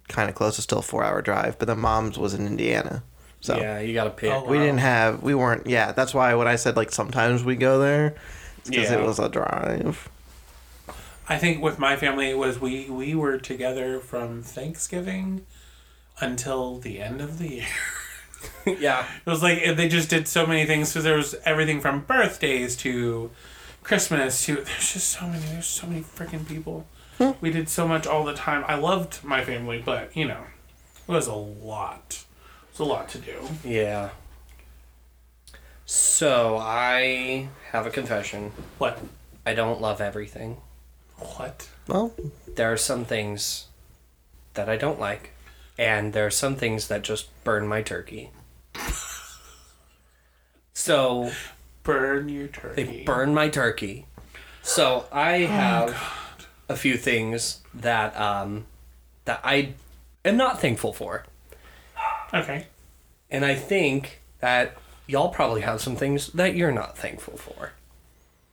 [SPEAKER 3] kind of close. It's still a four-hour drive, but then mom's was in Indiana, so
[SPEAKER 2] Yeah, you gotta pick.
[SPEAKER 1] Oh, wow.
[SPEAKER 3] we didn't have we weren't. Yeah, that's why when I said like sometimes we go there, because
[SPEAKER 2] Yeah.
[SPEAKER 3] it was a drive.
[SPEAKER 1] I think with my family it was we we were together from Thanksgiving until the end of the year.
[SPEAKER 2] *laughs* yeah,
[SPEAKER 1] It was like they just did so many things because there was everything from birthdays to Christmas to there's just so many there's so many freaking people.
[SPEAKER 2] Hmm.
[SPEAKER 1] we did so much all the time. I loved my family, but you know, it was a lot. It's a lot to do.
[SPEAKER 2] yeah. So I have a confession.
[SPEAKER 1] What?
[SPEAKER 2] I don't love everything.
[SPEAKER 1] What?
[SPEAKER 3] Well,
[SPEAKER 2] There are some things that I don't like, and there are some things that just burn my turkey. So
[SPEAKER 1] Burn your
[SPEAKER 2] They
[SPEAKER 1] turkey.
[SPEAKER 2] burn my turkey. So I have a few things that um, that I am not thankful for,
[SPEAKER 1] Okay.
[SPEAKER 2] and I think that y'all probably have some things that you're not thankful for.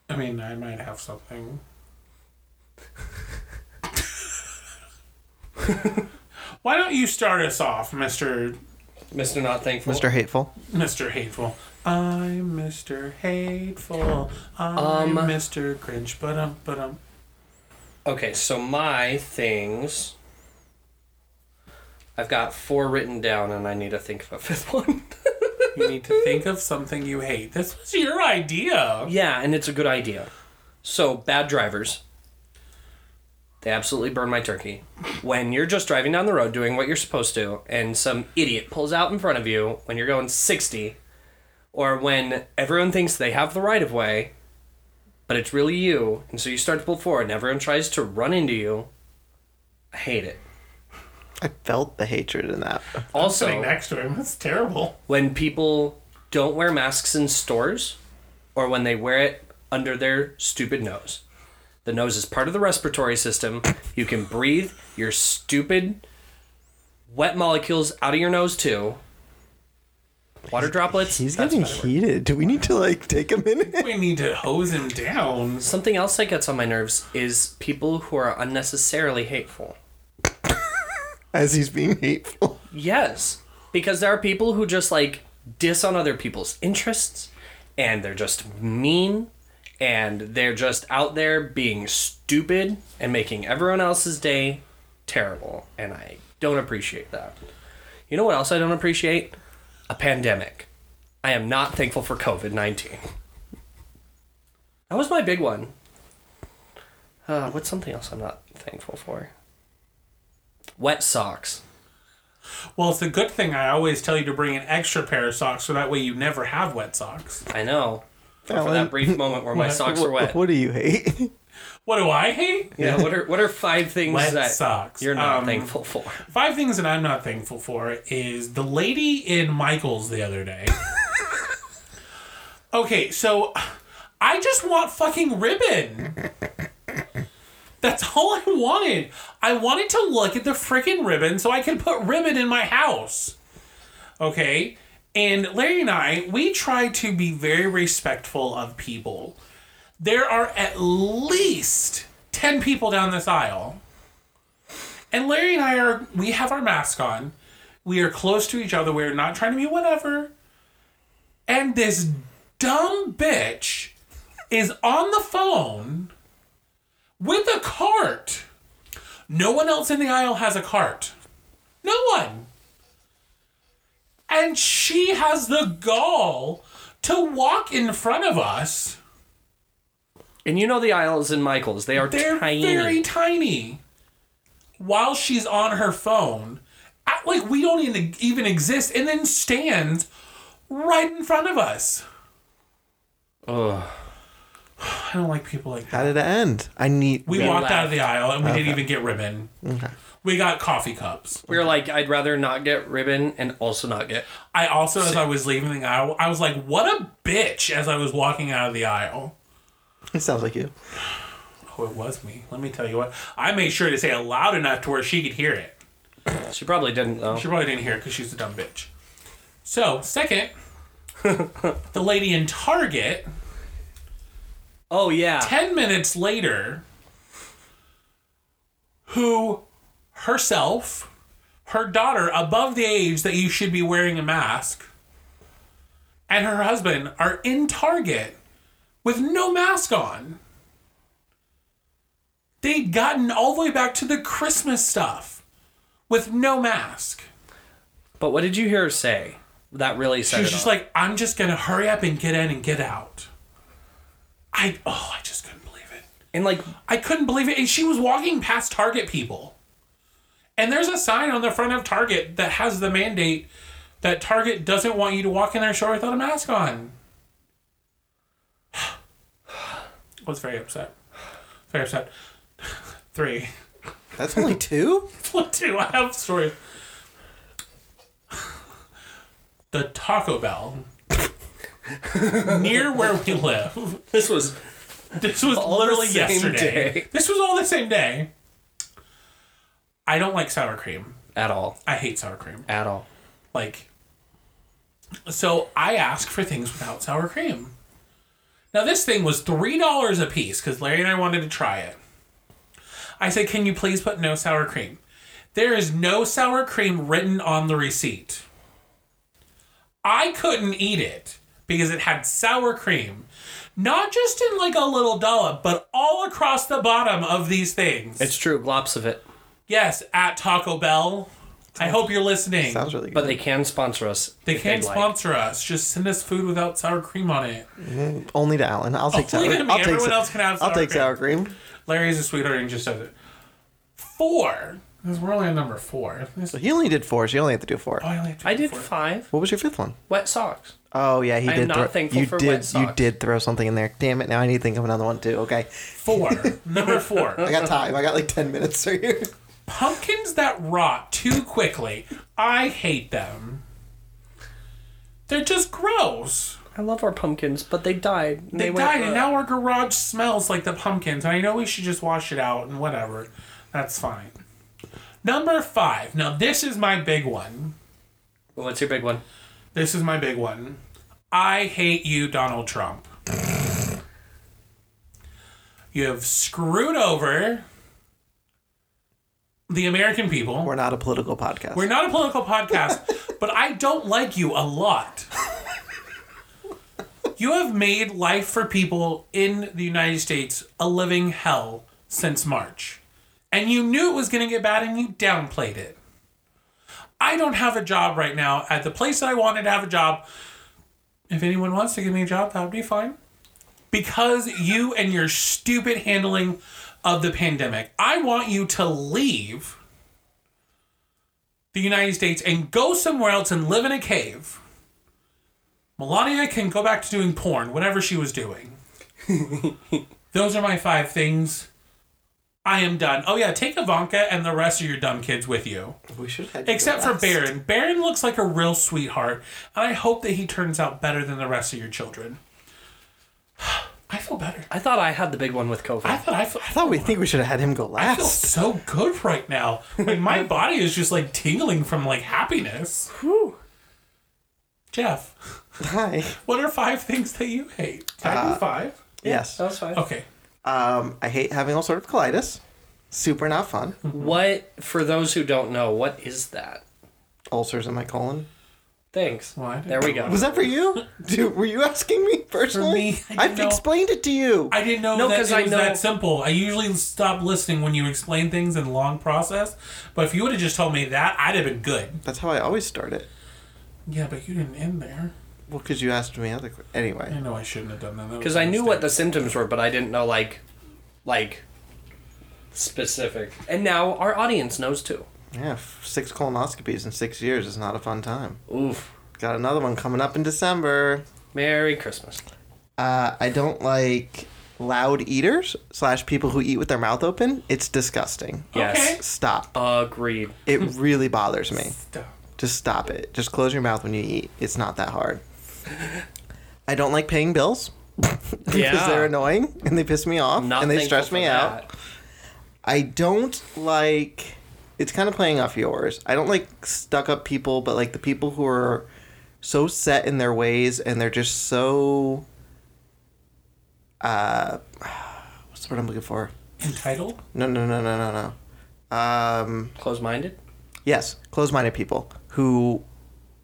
[SPEAKER 1] I mean, I might have
[SPEAKER 2] *laughs*
[SPEAKER 1] something. Why don't you start us off, Mister
[SPEAKER 2] Mister, not thankful.
[SPEAKER 3] Mr. Hateful.
[SPEAKER 1] Mister Hateful? I'm Mister Hateful. I'm
[SPEAKER 2] Um.
[SPEAKER 1] Mister Grinch. But um, but um.
[SPEAKER 2] Okay, so my things. I've got four written down, and I need to think of a fifth *laughs* one.
[SPEAKER 1] You need to think of something you hate. This was your idea.
[SPEAKER 2] Yeah, and it's a good idea. So, bad drivers. They absolutely burn my turkey. When you're just driving down the road doing what you're supposed to, and some idiot pulls out in front of you when you're going 60, or when everyone thinks they have the right of way, but it's really you, and so you start to pull forward, and everyone tries to run into you. I hate it.
[SPEAKER 3] I felt the hatred in that.
[SPEAKER 2] Also,
[SPEAKER 1] Sitting next to him, that's terrible.
[SPEAKER 2] when people don't wear masks in stores or when they wear it under their stupid nose. The nose is part of the respiratory system. You can breathe your stupid wet molecules out of your nose too. Water droplets.
[SPEAKER 3] He's
[SPEAKER 2] that's
[SPEAKER 3] getting
[SPEAKER 2] better.
[SPEAKER 3] heated. Do we need to like take a minute?
[SPEAKER 1] We need to hose him down.
[SPEAKER 2] Something else that gets on my nerves is people who are unnecessarily hateful.
[SPEAKER 3] *laughs* As he's being hateful.
[SPEAKER 2] Yes, because there are people who just like diss on other people's interests and they're just mean and they're just out there being stupid and making everyone else's day terrible and I don't appreciate that. You know what else I don't appreciate? A pandemic. I am not thankful for COVID-19. That was my big one. Uh, what's something else I'm not thankful for? Wet socks.
[SPEAKER 1] Well, it's a good thing I always tell you to bring an extra pair of socks so that way you never have wet socks.
[SPEAKER 2] I know. for
[SPEAKER 3] Alan,
[SPEAKER 2] that brief moment where my socks are wet.
[SPEAKER 3] What, what do you hate?
[SPEAKER 1] What do I hate?
[SPEAKER 2] yeah, what are what are five things
[SPEAKER 1] Wet
[SPEAKER 2] that
[SPEAKER 1] socks.
[SPEAKER 2] you're not
[SPEAKER 1] Um,
[SPEAKER 2] thankful for?
[SPEAKER 1] Five things that I'm not thankful for is the lady in Michael's the other day. okay, so I just want fucking ribbon. That's all I wanted. I wanted to look at the freaking ribbon so I could put ribbon in my house. Okay? And Larry and I, we try to be very respectful of people. There are at least 10 people down this aisle. And Larry and I are we have our mask on. We are close to each other. We're not trying to be whatever. And this dumb bitch is on the phone with a cart. No one else in the aisle has a cart. No one. And she has the gall to walk in front of us.
[SPEAKER 2] And you know the aisles in Michaels, they are
[SPEAKER 1] They're
[SPEAKER 2] tiny.
[SPEAKER 1] very tiny. While she's on her phone, act like we don't even, even exist, and then stands right in front of us.
[SPEAKER 2] Ugh.
[SPEAKER 1] I don't like people like that.
[SPEAKER 3] How did it end? I need.
[SPEAKER 1] We
[SPEAKER 2] They
[SPEAKER 1] walked out
[SPEAKER 2] left.
[SPEAKER 1] of the aisle and we didn't even get ribbon. We got coffee cups.
[SPEAKER 2] We were like, I'd rather not get ribbon and also not get.
[SPEAKER 1] I also, as I was leaving the aisle, I was like, what a bitch as I was walking out of the aisle.
[SPEAKER 3] It sounds like you.
[SPEAKER 1] Oh, it was me. Let me tell you what. I made sure to say it loud enough to where she could hear it.
[SPEAKER 2] She probably didn't though.
[SPEAKER 1] She probably didn't hear it because she's a dumb bitch. So, second, the lady in Target,
[SPEAKER 2] Oh yeah.
[SPEAKER 1] 10 minutes later, who herself, her daughter above the age that you should be wearing a mask, and her husband are in Target with no mask on. They'd gotten all the way back to the Christmas stuff with no mask.
[SPEAKER 2] But what did you hear her say? That really said
[SPEAKER 1] She was
[SPEAKER 2] it
[SPEAKER 1] just
[SPEAKER 2] all.
[SPEAKER 1] like, I'm just gonna hurry up and get in and get out. I oh, I just couldn't believe it.
[SPEAKER 2] and like
[SPEAKER 1] I couldn't believe it. And she was walking past Target people. And there's a sign on the front of Target that has the mandate that Target doesn't want you to walk in their store without a mask on. *sighs* I was very upset. Very upset. *sighs* Three.
[SPEAKER 3] That's only two?
[SPEAKER 1] What do I have stories? The Taco Bell near where we live.
[SPEAKER 2] this was
[SPEAKER 1] This was
[SPEAKER 2] All the
[SPEAKER 1] literally
[SPEAKER 2] same
[SPEAKER 1] yesterday.
[SPEAKER 2] day.
[SPEAKER 1] This was all the same day. I don't like sour cream.
[SPEAKER 2] at all.
[SPEAKER 1] I hate sour cream.
[SPEAKER 2] At all.
[SPEAKER 1] Like, so I ask for things without sour cream. Now this thing was three dollars a piece because Larry and I wanted to try it. I said, "Can you please put no sour cream?" There is no sour cream written on the receipt. I couldn't eat it because it had sour cream, not just in like a little dollop, but all across the bottom of these things.
[SPEAKER 2] It's true, lots of it.
[SPEAKER 1] yes, at Taco Bell. I hope you're listening.
[SPEAKER 3] Sounds really good.
[SPEAKER 2] But they can sponsor us.
[SPEAKER 1] They
[SPEAKER 2] if
[SPEAKER 1] can't
[SPEAKER 2] they'd like.
[SPEAKER 1] sponsor us. Just send us food without sour cream on it.
[SPEAKER 3] Only to Alan. I'll take sour
[SPEAKER 1] Only to
[SPEAKER 3] cream.
[SPEAKER 1] me.
[SPEAKER 3] I'll take,
[SPEAKER 1] Everyone
[SPEAKER 3] sa-
[SPEAKER 1] else can have
[SPEAKER 3] I'll
[SPEAKER 1] sour
[SPEAKER 3] take
[SPEAKER 1] cream.
[SPEAKER 3] sour cream.
[SPEAKER 1] Larry's a sweetheart and just says it. Four. This- We're only on number four. This- Oh,
[SPEAKER 3] But he only did four, so you only have to do four.
[SPEAKER 1] I only have to
[SPEAKER 2] I
[SPEAKER 1] do
[SPEAKER 2] did
[SPEAKER 1] four.
[SPEAKER 2] five
[SPEAKER 3] What was your fifth one?
[SPEAKER 2] wet socks.
[SPEAKER 3] Oh yeah, he
[SPEAKER 2] I am
[SPEAKER 3] did.
[SPEAKER 2] not
[SPEAKER 3] throw,
[SPEAKER 2] thankful
[SPEAKER 3] you
[SPEAKER 2] for
[SPEAKER 3] did.
[SPEAKER 2] wet
[SPEAKER 3] you
[SPEAKER 2] socks.
[SPEAKER 3] did throw something in there. Damn it! Now I need to think of another one too. Okay,
[SPEAKER 2] *laughs*
[SPEAKER 1] Four. number four. *laughs*
[SPEAKER 3] I got time. I got like ten minutes right here.
[SPEAKER 1] Pumpkins that rot too quickly. I hate them. They're just gross.
[SPEAKER 2] I love our pumpkins, but they uh, died. and
[SPEAKER 1] They,
[SPEAKER 2] went,
[SPEAKER 1] died, and
[SPEAKER 2] "Ugh."
[SPEAKER 1] now our garage smells like the pumpkins. And I know we should just wash it out and whatever. That's fine. Number five. Now, this is my big one.
[SPEAKER 2] What's your big one?
[SPEAKER 1] This is my big one. I hate you, Donald Trump. You have screwed over the American people.
[SPEAKER 3] *laughs* We're not a political podcast.
[SPEAKER 1] We're not a political podcast, but I don't like you a lot. You have made life for people in the United States a living hell since March. And you knew it was going to get bad and you downplayed it. I don't have a job right now at the place that I wanted to have a job. If anyone wants to give me a job, that would be fine. Because you and your stupid handling of the pandemic, I want you to leave the United States and go somewhere else and live in a cave. Melania can go back to doing porn, whatever she was doing.
[SPEAKER 3] *laughs*
[SPEAKER 1] Those are my five things. I am done. Oh yeah, take Ivanka and the rest of your dumb kids with you.
[SPEAKER 3] We should have
[SPEAKER 1] Except for Baron. Baron looks like a real sweetheart, and I hope that he turns out better than the rest of your children. *sighs* I feel better.
[SPEAKER 2] I thought I had the big one with COVID.
[SPEAKER 1] I thought I, feel, I
[SPEAKER 3] I thought we think we should have had him go
[SPEAKER 1] I feel
[SPEAKER 3] last.
[SPEAKER 1] so good right now. Like my body is just like tingling from like happiness. Jeff,
[SPEAKER 3] *laughs* Hi.
[SPEAKER 1] what are five things that you hate? Can I do five?
[SPEAKER 3] Yes.
[SPEAKER 2] that was fine.
[SPEAKER 1] Okay.
[SPEAKER 3] Um, I hate having ulcerative colitis. Super not fun.
[SPEAKER 2] What for those who don't know, what is that?
[SPEAKER 3] Ulcers in my colon.
[SPEAKER 2] Thanks.
[SPEAKER 1] Well, I didn't
[SPEAKER 2] there we go.
[SPEAKER 3] Was that for you?
[SPEAKER 1] *laughs*
[SPEAKER 3] Dude, were you asking me personally?
[SPEAKER 1] me, I
[SPEAKER 3] I've
[SPEAKER 1] don't know.
[SPEAKER 3] explained it to you.
[SPEAKER 1] I didn't know
[SPEAKER 2] No,
[SPEAKER 1] that
[SPEAKER 2] 'cause
[SPEAKER 1] it
[SPEAKER 2] I
[SPEAKER 1] was
[SPEAKER 2] know-
[SPEAKER 1] that simple. I usually stop listening when you explain things in long process, but if you would have just told me that, I'd have been good.
[SPEAKER 3] That's how I always start it.
[SPEAKER 1] Yeah, but you didn't end there.
[SPEAKER 3] Well, because you asked me other. que- Anyway,
[SPEAKER 1] I know I shouldn't have done that. That was
[SPEAKER 2] Because
[SPEAKER 1] a
[SPEAKER 2] I knew what
[SPEAKER 1] mistake.
[SPEAKER 2] the symptoms were, but I didn't know like, like specific. And now our audience knows too.
[SPEAKER 3] yeah, f- six colonoscopies in six years is not a fun time.
[SPEAKER 2] Oof.
[SPEAKER 3] Got another one coming up in December.
[SPEAKER 2] Merry Christmas.
[SPEAKER 3] Uh, I don't like loud eaters slash people who eat with their mouth open. It's disgusting.
[SPEAKER 1] Okay.
[SPEAKER 2] Yes.
[SPEAKER 3] Stop.
[SPEAKER 2] Agreed. *laughs*
[SPEAKER 3] It really bothers me.
[SPEAKER 1] Stop.
[SPEAKER 3] Just stop it. Just close your mouth when you eat. It's not that hard. I don't like paying bills. *laughs*
[SPEAKER 2] Yeah.
[SPEAKER 3] because they're annoying and they piss me off
[SPEAKER 2] Not
[SPEAKER 3] and they
[SPEAKER 2] thankful
[SPEAKER 3] stress me
[SPEAKER 2] for
[SPEAKER 3] out.
[SPEAKER 2] that.
[SPEAKER 3] I don't like. It's kind of playing off yours. I don't like stuck up people, but like the people who are so set in their ways and they're just so. Uh, *sighs* what's the word I'm looking for?
[SPEAKER 1] Entitled?
[SPEAKER 3] No, no, no, no, no, no. Um,
[SPEAKER 2] Close-minded.
[SPEAKER 3] yes, closed-minded people who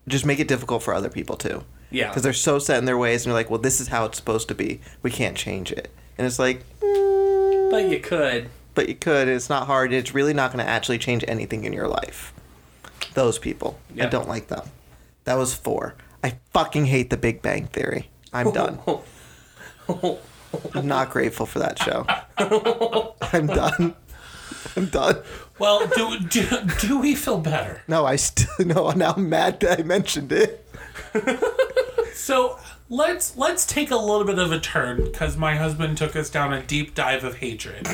[SPEAKER 3] just make it difficult for other people too.
[SPEAKER 2] Yeah.
[SPEAKER 3] Because they're so set in their ways and they're like, well, this is how it's supposed to be. We can't change it. And it's like, mm,
[SPEAKER 2] But you could.
[SPEAKER 3] but you could. It's not hard. It's really not going to actually change anything in your life. Those people, I
[SPEAKER 2] Yeah.
[SPEAKER 3] don't like them. That was four. I fucking hate The Big Bang Theory. I'm done. I'm not grateful for that show. I'm done. I'm done.
[SPEAKER 1] Well, do, do, do we feel better?
[SPEAKER 3] No, I still no. Now I'm mad that I mentioned it.
[SPEAKER 1] So let's let's take a little bit of a turn because my husband took us down a deep dive of *laughs* hatred.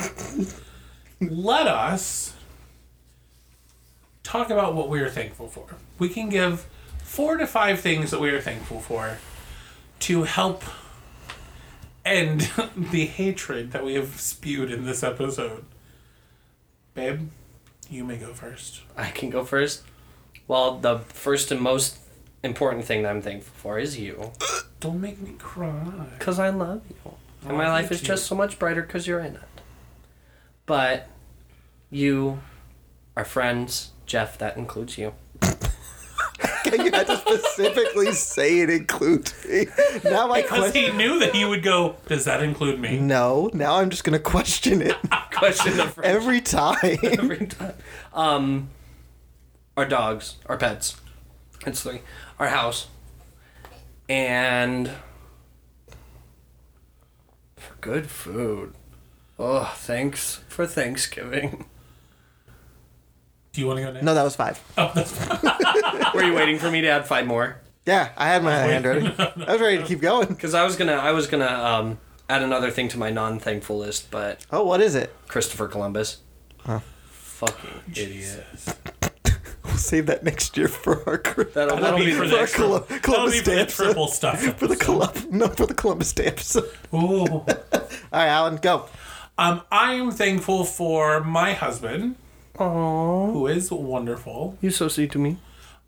[SPEAKER 1] Let us talk about what we are thankful for. We can give four to five things that we are thankful for to help end *laughs* the hatred that we have spewed in this episode. Babe, you may go first.
[SPEAKER 2] *laughs* I can go first. Well, the first and most important thing that I'm thankful for is you.
[SPEAKER 1] Don't make me cry.
[SPEAKER 2] Because I love you. And
[SPEAKER 1] Oh,
[SPEAKER 2] my life
[SPEAKER 1] thank
[SPEAKER 2] is
[SPEAKER 1] you.
[SPEAKER 2] just so much brighter because you're in it. But you, our friends, Jeff, that includes you. *laughs*
[SPEAKER 3] You had to specifically say it includes me. Now my
[SPEAKER 1] Because
[SPEAKER 3] question.
[SPEAKER 1] he knew that he would go, does that include me?
[SPEAKER 3] No, now I'm just gonna question it
[SPEAKER 2] Question the friends
[SPEAKER 3] every time.
[SPEAKER 2] *laughs* every time. Um, our dogs, our pets. It's three. Our house. And for good food. Oh, thanks for Thanksgiving.
[SPEAKER 1] Do you want to go next?
[SPEAKER 3] No, that was five.
[SPEAKER 2] Were you waiting for me to add five more?
[SPEAKER 3] Yeah, I had my hand ready. I was ready to keep going.
[SPEAKER 2] Because I was gonna, I was gonna um, add another thing to my non-thankful list, but
[SPEAKER 3] Oh, what is it? *laughs*
[SPEAKER 2] Christopher Columbus. Fucking idiot.
[SPEAKER 3] We'll save that next year for our cri-
[SPEAKER 2] That'll, that'll
[SPEAKER 1] be
[SPEAKER 2] be
[SPEAKER 1] for
[SPEAKER 2] for
[SPEAKER 1] the-
[SPEAKER 3] for our
[SPEAKER 1] next
[SPEAKER 3] Colu-
[SPEAKER 1] That'll
[SPEAKER 3] Columbus
[SPEAKER 1] be for the
[SPEAKER 3] Day episode.
[SPEAKER 1] triple stuff.
[SPEAKER 3] *laughs* For the Columbus, no, for the Columbus Day episode. *laughs*
[SPEAKER 1] Ooh.
[SPEAKER 3] All right, Alan, go.
[SPEAKER 1] Um, I am thankful for my husband,
[SPEAKER 2] Aww,
[SPEAKER 1] who is wonderful.
[SPEAKER 2] you're so sweet to me.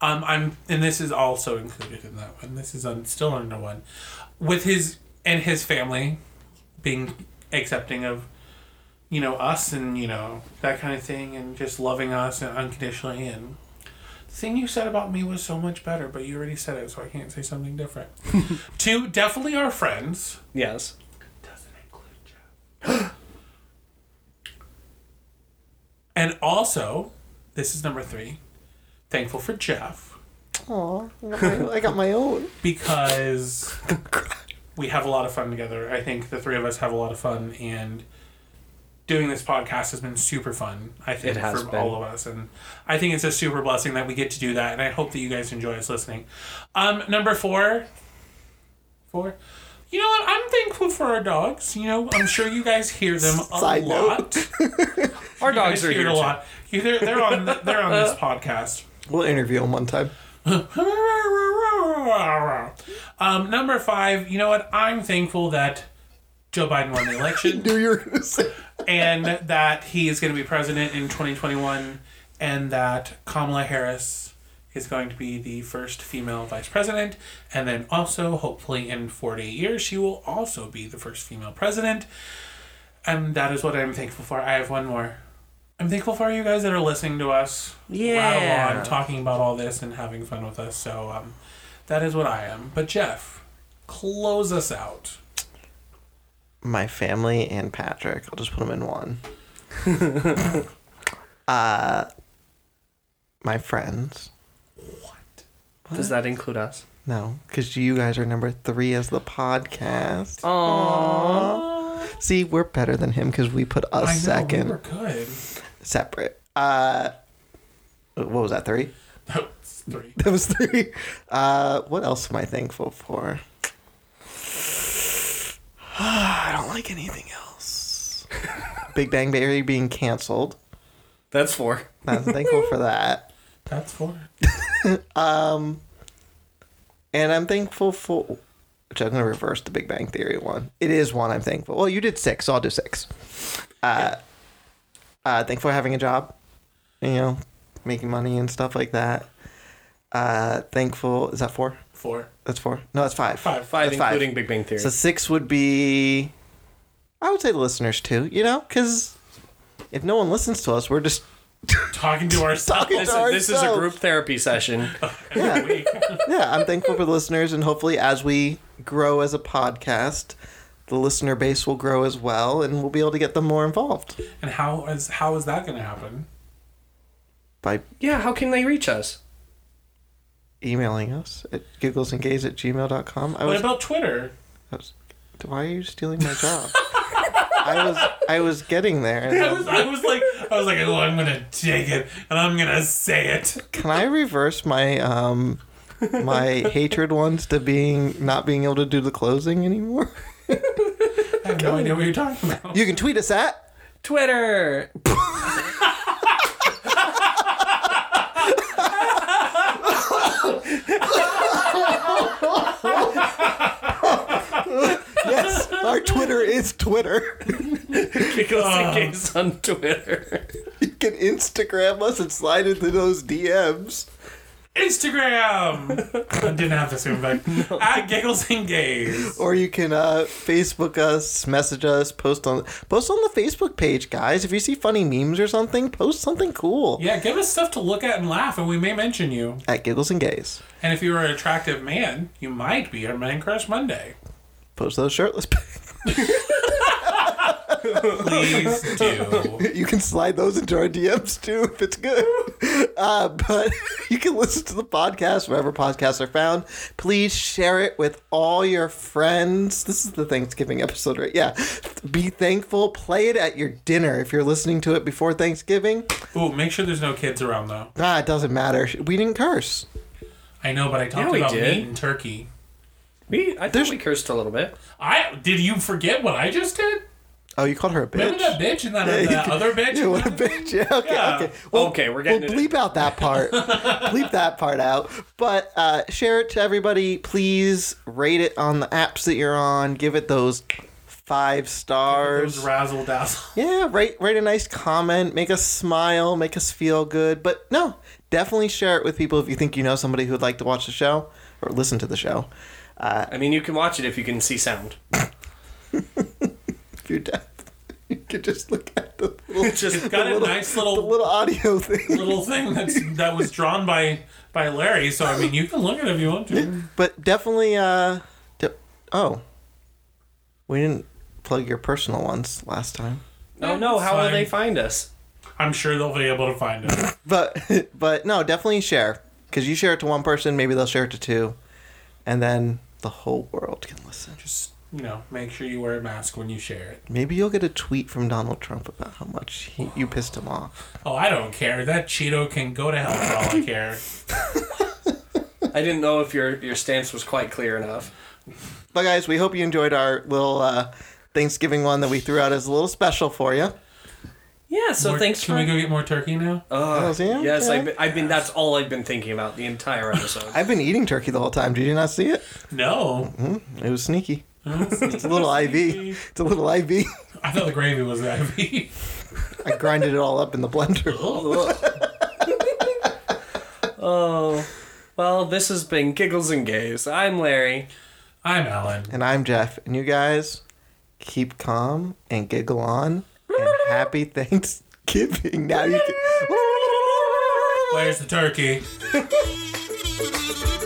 [SPEAKER 1] Um, I'm, and this is also included in that one. This is un, still under one, with his and his family being accepting of, you know, us and you know that kind of thing, and just loving us and unconditionally. And the thing you said about me was so much better, but you already said it, so I can't say something different. Two, definitely our friends.
[SPEAKER 2] Yes.
[SPEAKER 1] doesn't include Jeff. *gasps* and also, this is number three. Thankful for Jeff
[SPEAKER 3] Aw, I got my- *laughs* I got my own.
[SPEAKER 2] *laughs*
[SPEAKER 1] because we have a lot of fun together. I think the three of us have a lot of fun, and doing this podcast has been super fun. I think
[SPEAKER 2] It has
[SPEAKER 1] for
[SPEAKER 2] been.
[SPEAKER 1] all of us, and I think it's a super blessing that we get to do that. And I hope that you guys enjoy us listening. Um, number four, four. You know what? I'm thankful for our dogs. You know, I'm sure you guys hear them a
[SPEAKER 3] Side note.
[SPEAKER 1] *laughs* lot.
[SPEAKER 2] Our
[SPEAKER 1] You
[SPEAKER 2] dogs
[SPEAKER 1] guys
[SPEAKER 2] are
[SPEAKER 1] hear
[SPEAKER 2] here.
[SPEAKER 1] it a
[SPEAKER 2] too.
[SPEAKER 1] lot. You- They're, they're on the- they're on
[SPEAKER 2] *laughs*
[SPEAKER 1] this podcast.
[SPEAKER 3] We'll interview him one time.
[SPEAKER 1] Um, number five, you know what? I'm thankful that Joe Biden won the election
[SPEAKER 3] Knew you were gonna say-
[SPEAKER 1] and that he is going to be president in 2021 and that Kamala Harris is going to be the first female vice president. And then also, hopefully, in 48 years, she will also be the first female president. And that is what I'm thankful for. I have one more. I'm thankful for you guys that are listening to us. Rattle
[SPEAKER 2] Yeah.
[SPEAKER 1] on, talking about all this and having fun with us. So, um, that is what I am. But, Jeff, close us out.
[SPEAKER 3] my family and Patrick. I'll just put them in one. uh, my friends.
[SPEAKER 2] Does that include us?
[SPEAKER 3] No, because you guys are number three as the podcast. Aww. See, we're better than him because we put us
[SPEAKER 1] I know,
[SPEAKER 3] second,
[SPEAKER 1] We were good.
[SPEAKER 3] separate. Uh, what was that? Three. *laughs*
[SPEAKER 1] That's three.
[SPEAKER 3] That was three. Uh, what else am I thankful for? *sighs* I don't like anything else. Big Bang Theory being canceled.
[SPEAKER 2] That's four.
[SPEAKER 3] I'm thankful for that.
[SPEAKER 1] That's four.
[SPEAKER 3] And I'm thankful for which I'm going to reverse the Big Bang Theory one. It is one I'm thankful. Well, you did six, so I'll do six. Uh, uh, thankful for having a job, you know, making money and stuff like that. Uh, thankful. Is that four?
[SPEAKER 1] Four.
[SPEAKER 3] That's four. No, that's five.
[SPEAKER 1] Five.
[SPEAKER 2] Five,
[SPEAKER 3] That's
[SPEAKER 2] including Big Bang Theory.
[SPEAKER 3] So six would be, I would say the listeners too. You know, because if no one listens to us, we're just *laughs*
[SPEAKER 1] Talking to *laughs* ourselves.
[SPEAKER 3] Talking
[SPEAKER 2] this,
[SPEAKER 3] to
[SPEAKER 2] is, this is a
[SPEAKER 3] ourselves.
[SPEAKER 2] group therapy *laughs* session.
[SPEAKER 3] Yeah. yeah, I'm thankful for the listeners, and hopefully, as we grow as a podcast, the listener base will grow as well, and we'll be able to get them more involved
[SPEAKER 1] and how is how is that going to happen?
[SPEAKER 3] by
[SPEAKER 2] Yeah, how can they reach us?
[SPEAKER 3] emailing us at gigglesandgaze at gmail.com. I
[SPEAKER 1] What
[SPEAKER 3] was,
[SPEAKER 1] about Twitter?
[SPEAKER 3] I was. Why are you stealing my job? I was I was getting there. and
[SPEAKER 1] I
[SPEAKER 3] then-
[SPEAKER 1] was, I was like, I was like, oh, I'm gonna take it and I'm gonna say it.
[SPEAKER 3] Can I reverse my um my hatred ones to being not being able to do the closing anymore?
[SPEAKER 1] I have no idea what you're talking about.
[SPEAKER 3] You can tweet us at
[SPEAKER 2] Twitter.
[SPEAKER 3] yes. Our Twitter is Twitter.
[SPEAKER 2] Because uh. on Twitter. *laughs*
[SPEAKER 3] You can Instagram us and slide into those DMs.
[SPEAKER 1] *laughs* Instagram. I didn't have this in *laughs* back. At giggles and gays.
[SPEAKER 3] Or you can uh, Facebook us, message us, post on post on the Facebook page, guys. If you see funny memes or something, post something cool
[SPEAKER 1] Yeah, give us stuff to look at and laugh, and we may mention you.
[SPEAKER 3] at Giggles and Gays.
[SPEAKER 1] And if you are an attractive man, you might be our Man Crush Monday.
[SPEAKER 3] Post those shirtless. *laughs* pics.
[SPEAKER 1] *laughs* Please do.
[SPEAKER 3] *laughs* you can slide those into our DMs too if
[SPEAKER 1] *laughs*
[SPEAKER 3] it's good. Uh, but *laughs* you can listen to the podcast wherever podcasts are found. Please share it with all your friends. This is the Thanksgiving episode, right? Yeah. Be thankful. Play it at your dinner if you're listening to it before Thanksgiving.
[SPEAKER 1] Ooh, make sure there's no kids around though.
[SPEAKER 3] Ah, it doesn't matter. We didn't curse.
[SPEAKER 1] I know, but I talked
[SPEAKER 2] Yeah, we
[SPEAKER 1] about
[SPEAKER 2] did.
[SPEAKER 1] meat and turkey.
[SPEAKER 2] We, I think we cursed a little bit.
[SPEAKER 1] I did you forget what I just did?
[SPEAKER 3] Oh, you called her a bitch.
[SPEAKER 1] Remember that bitch and that,
[SPEAKER 3] you
[SPEAKER 1] that
[SPEAKER 3] can-
[SPEAKER 1] other bitch?
[SPEAKER 3] Yeah, what a bitch. Yeah, okay,
[SPEAKER 1] Yeah.
[SPEAKER 3] okay.
[SPEAKER 2] Okay, we're getting
[SPEAKER 3] We'll
[SPEAKER 2] it
[SPEAKER 3] bleep out that part. bleep that part out. But uh, share it to everybody. Please rate it on the apps that you're on. Give it those five
[SPEAKER 1] It was
[SPEAKER 3] stars.
[SPEAKER 1] razzle dazzle.
[SPEAKER 3] Yeah, write write a nice comment. Make us smile. Make us feel good. But no, definitely share it with people if you think you know somebody who would like to watch the show or listen to the show.
[SPEAKER 2] I mean, you can watch it if you can see sound.
[SPEAKER 3] If you're deaf, *laughs* you could just look at the little, *laughs*
[SPEAKER 2] It's *laughs* just
[SPEAKER 1] Got a
[SPEAKER 3] little-
[SPEAKER 1] nice
[SPEAKER 3] the
[SPEAKER 1] little
[SPEAKER 3] little audio thing.
[SPEAKER 1] little thing that's
[SPEAKER 3] *laughs*
[SPEAKER 1] that was drawn by by Larry. So I mean, you can look at it if you want to.
[SPEAKER 3] But definitely, uh, de- oh, we didn't plug your personal ones last time.
[SPEAKER 2] No, no, how will
[SPEAKER 1] Fine.
[SPEAKER 2] they find us?
[SPEAKER 1] I'm sure they'll be able to find it.
[SPEAKER 3] But *laughs* but no, definitely share because you share it to one person, maybe they'll share it to two, and then the whole world can listen.
[SPEAKER 1] Just you know, make sure you wear a mask when you share it.
[SPEAKER 3] Maybe you'll get a tweet from Donald Trump about how much he, you pissed him off.
[SPEAKER 1] Oh, I don't care. That Cheeto can go to hell for all I care.
[SPEAKER 2] I didn't know if your your stance was quite clear enough.
[SPEAKER 3] But guys, we hope you enjoyed our little uh, Thanksgiving one that we threw out as a little special for you.
[SPEAKER 2] Yeah, *laughs* so
[SPEAKER 1] More-
[SPEAKER 2] thanks
[SPEAKER 1] Can
[SPEAKER 2] for. Oh.
[SPEAKER 1] we go get more turkey now?
[SPEAKER 2] Ugh,
[SPEAKER 3] How's it?
[SPEAKER 2] yes,
[SPEAKER 3] Yeah.
[SPEAKER 2] I've been, I've been. That's all I've been thinking about the entire episode.
[SPEAKER 3] I've been eating turkey the whole time. Did you not see it?
[SPEAKER 1] No.
[SPEAKER 3] It was sneaky. *laughs* It's a little IV. It's a little IV.
[SPEAKER 1] I thought the gravy was *laughs* heavy.
[SPEAKER 3] I grinded it all up in the blender.
[SPEAKER 2] oh, well, this has been giggles and gays. I'm Larry.
[SPEAKER 1] I'm
[SPEAKER 3] *laughs*
[SPEAKER 1] Alan.
[SPEAKER 3] *laughs* And I'm Jeff. And you guys, keep calm and giggle on. And *laughs* happy Thanksgiving. Now you can.
[SPEAKER 1] Where's the turkey?
[SPEAKER 4] Thank you.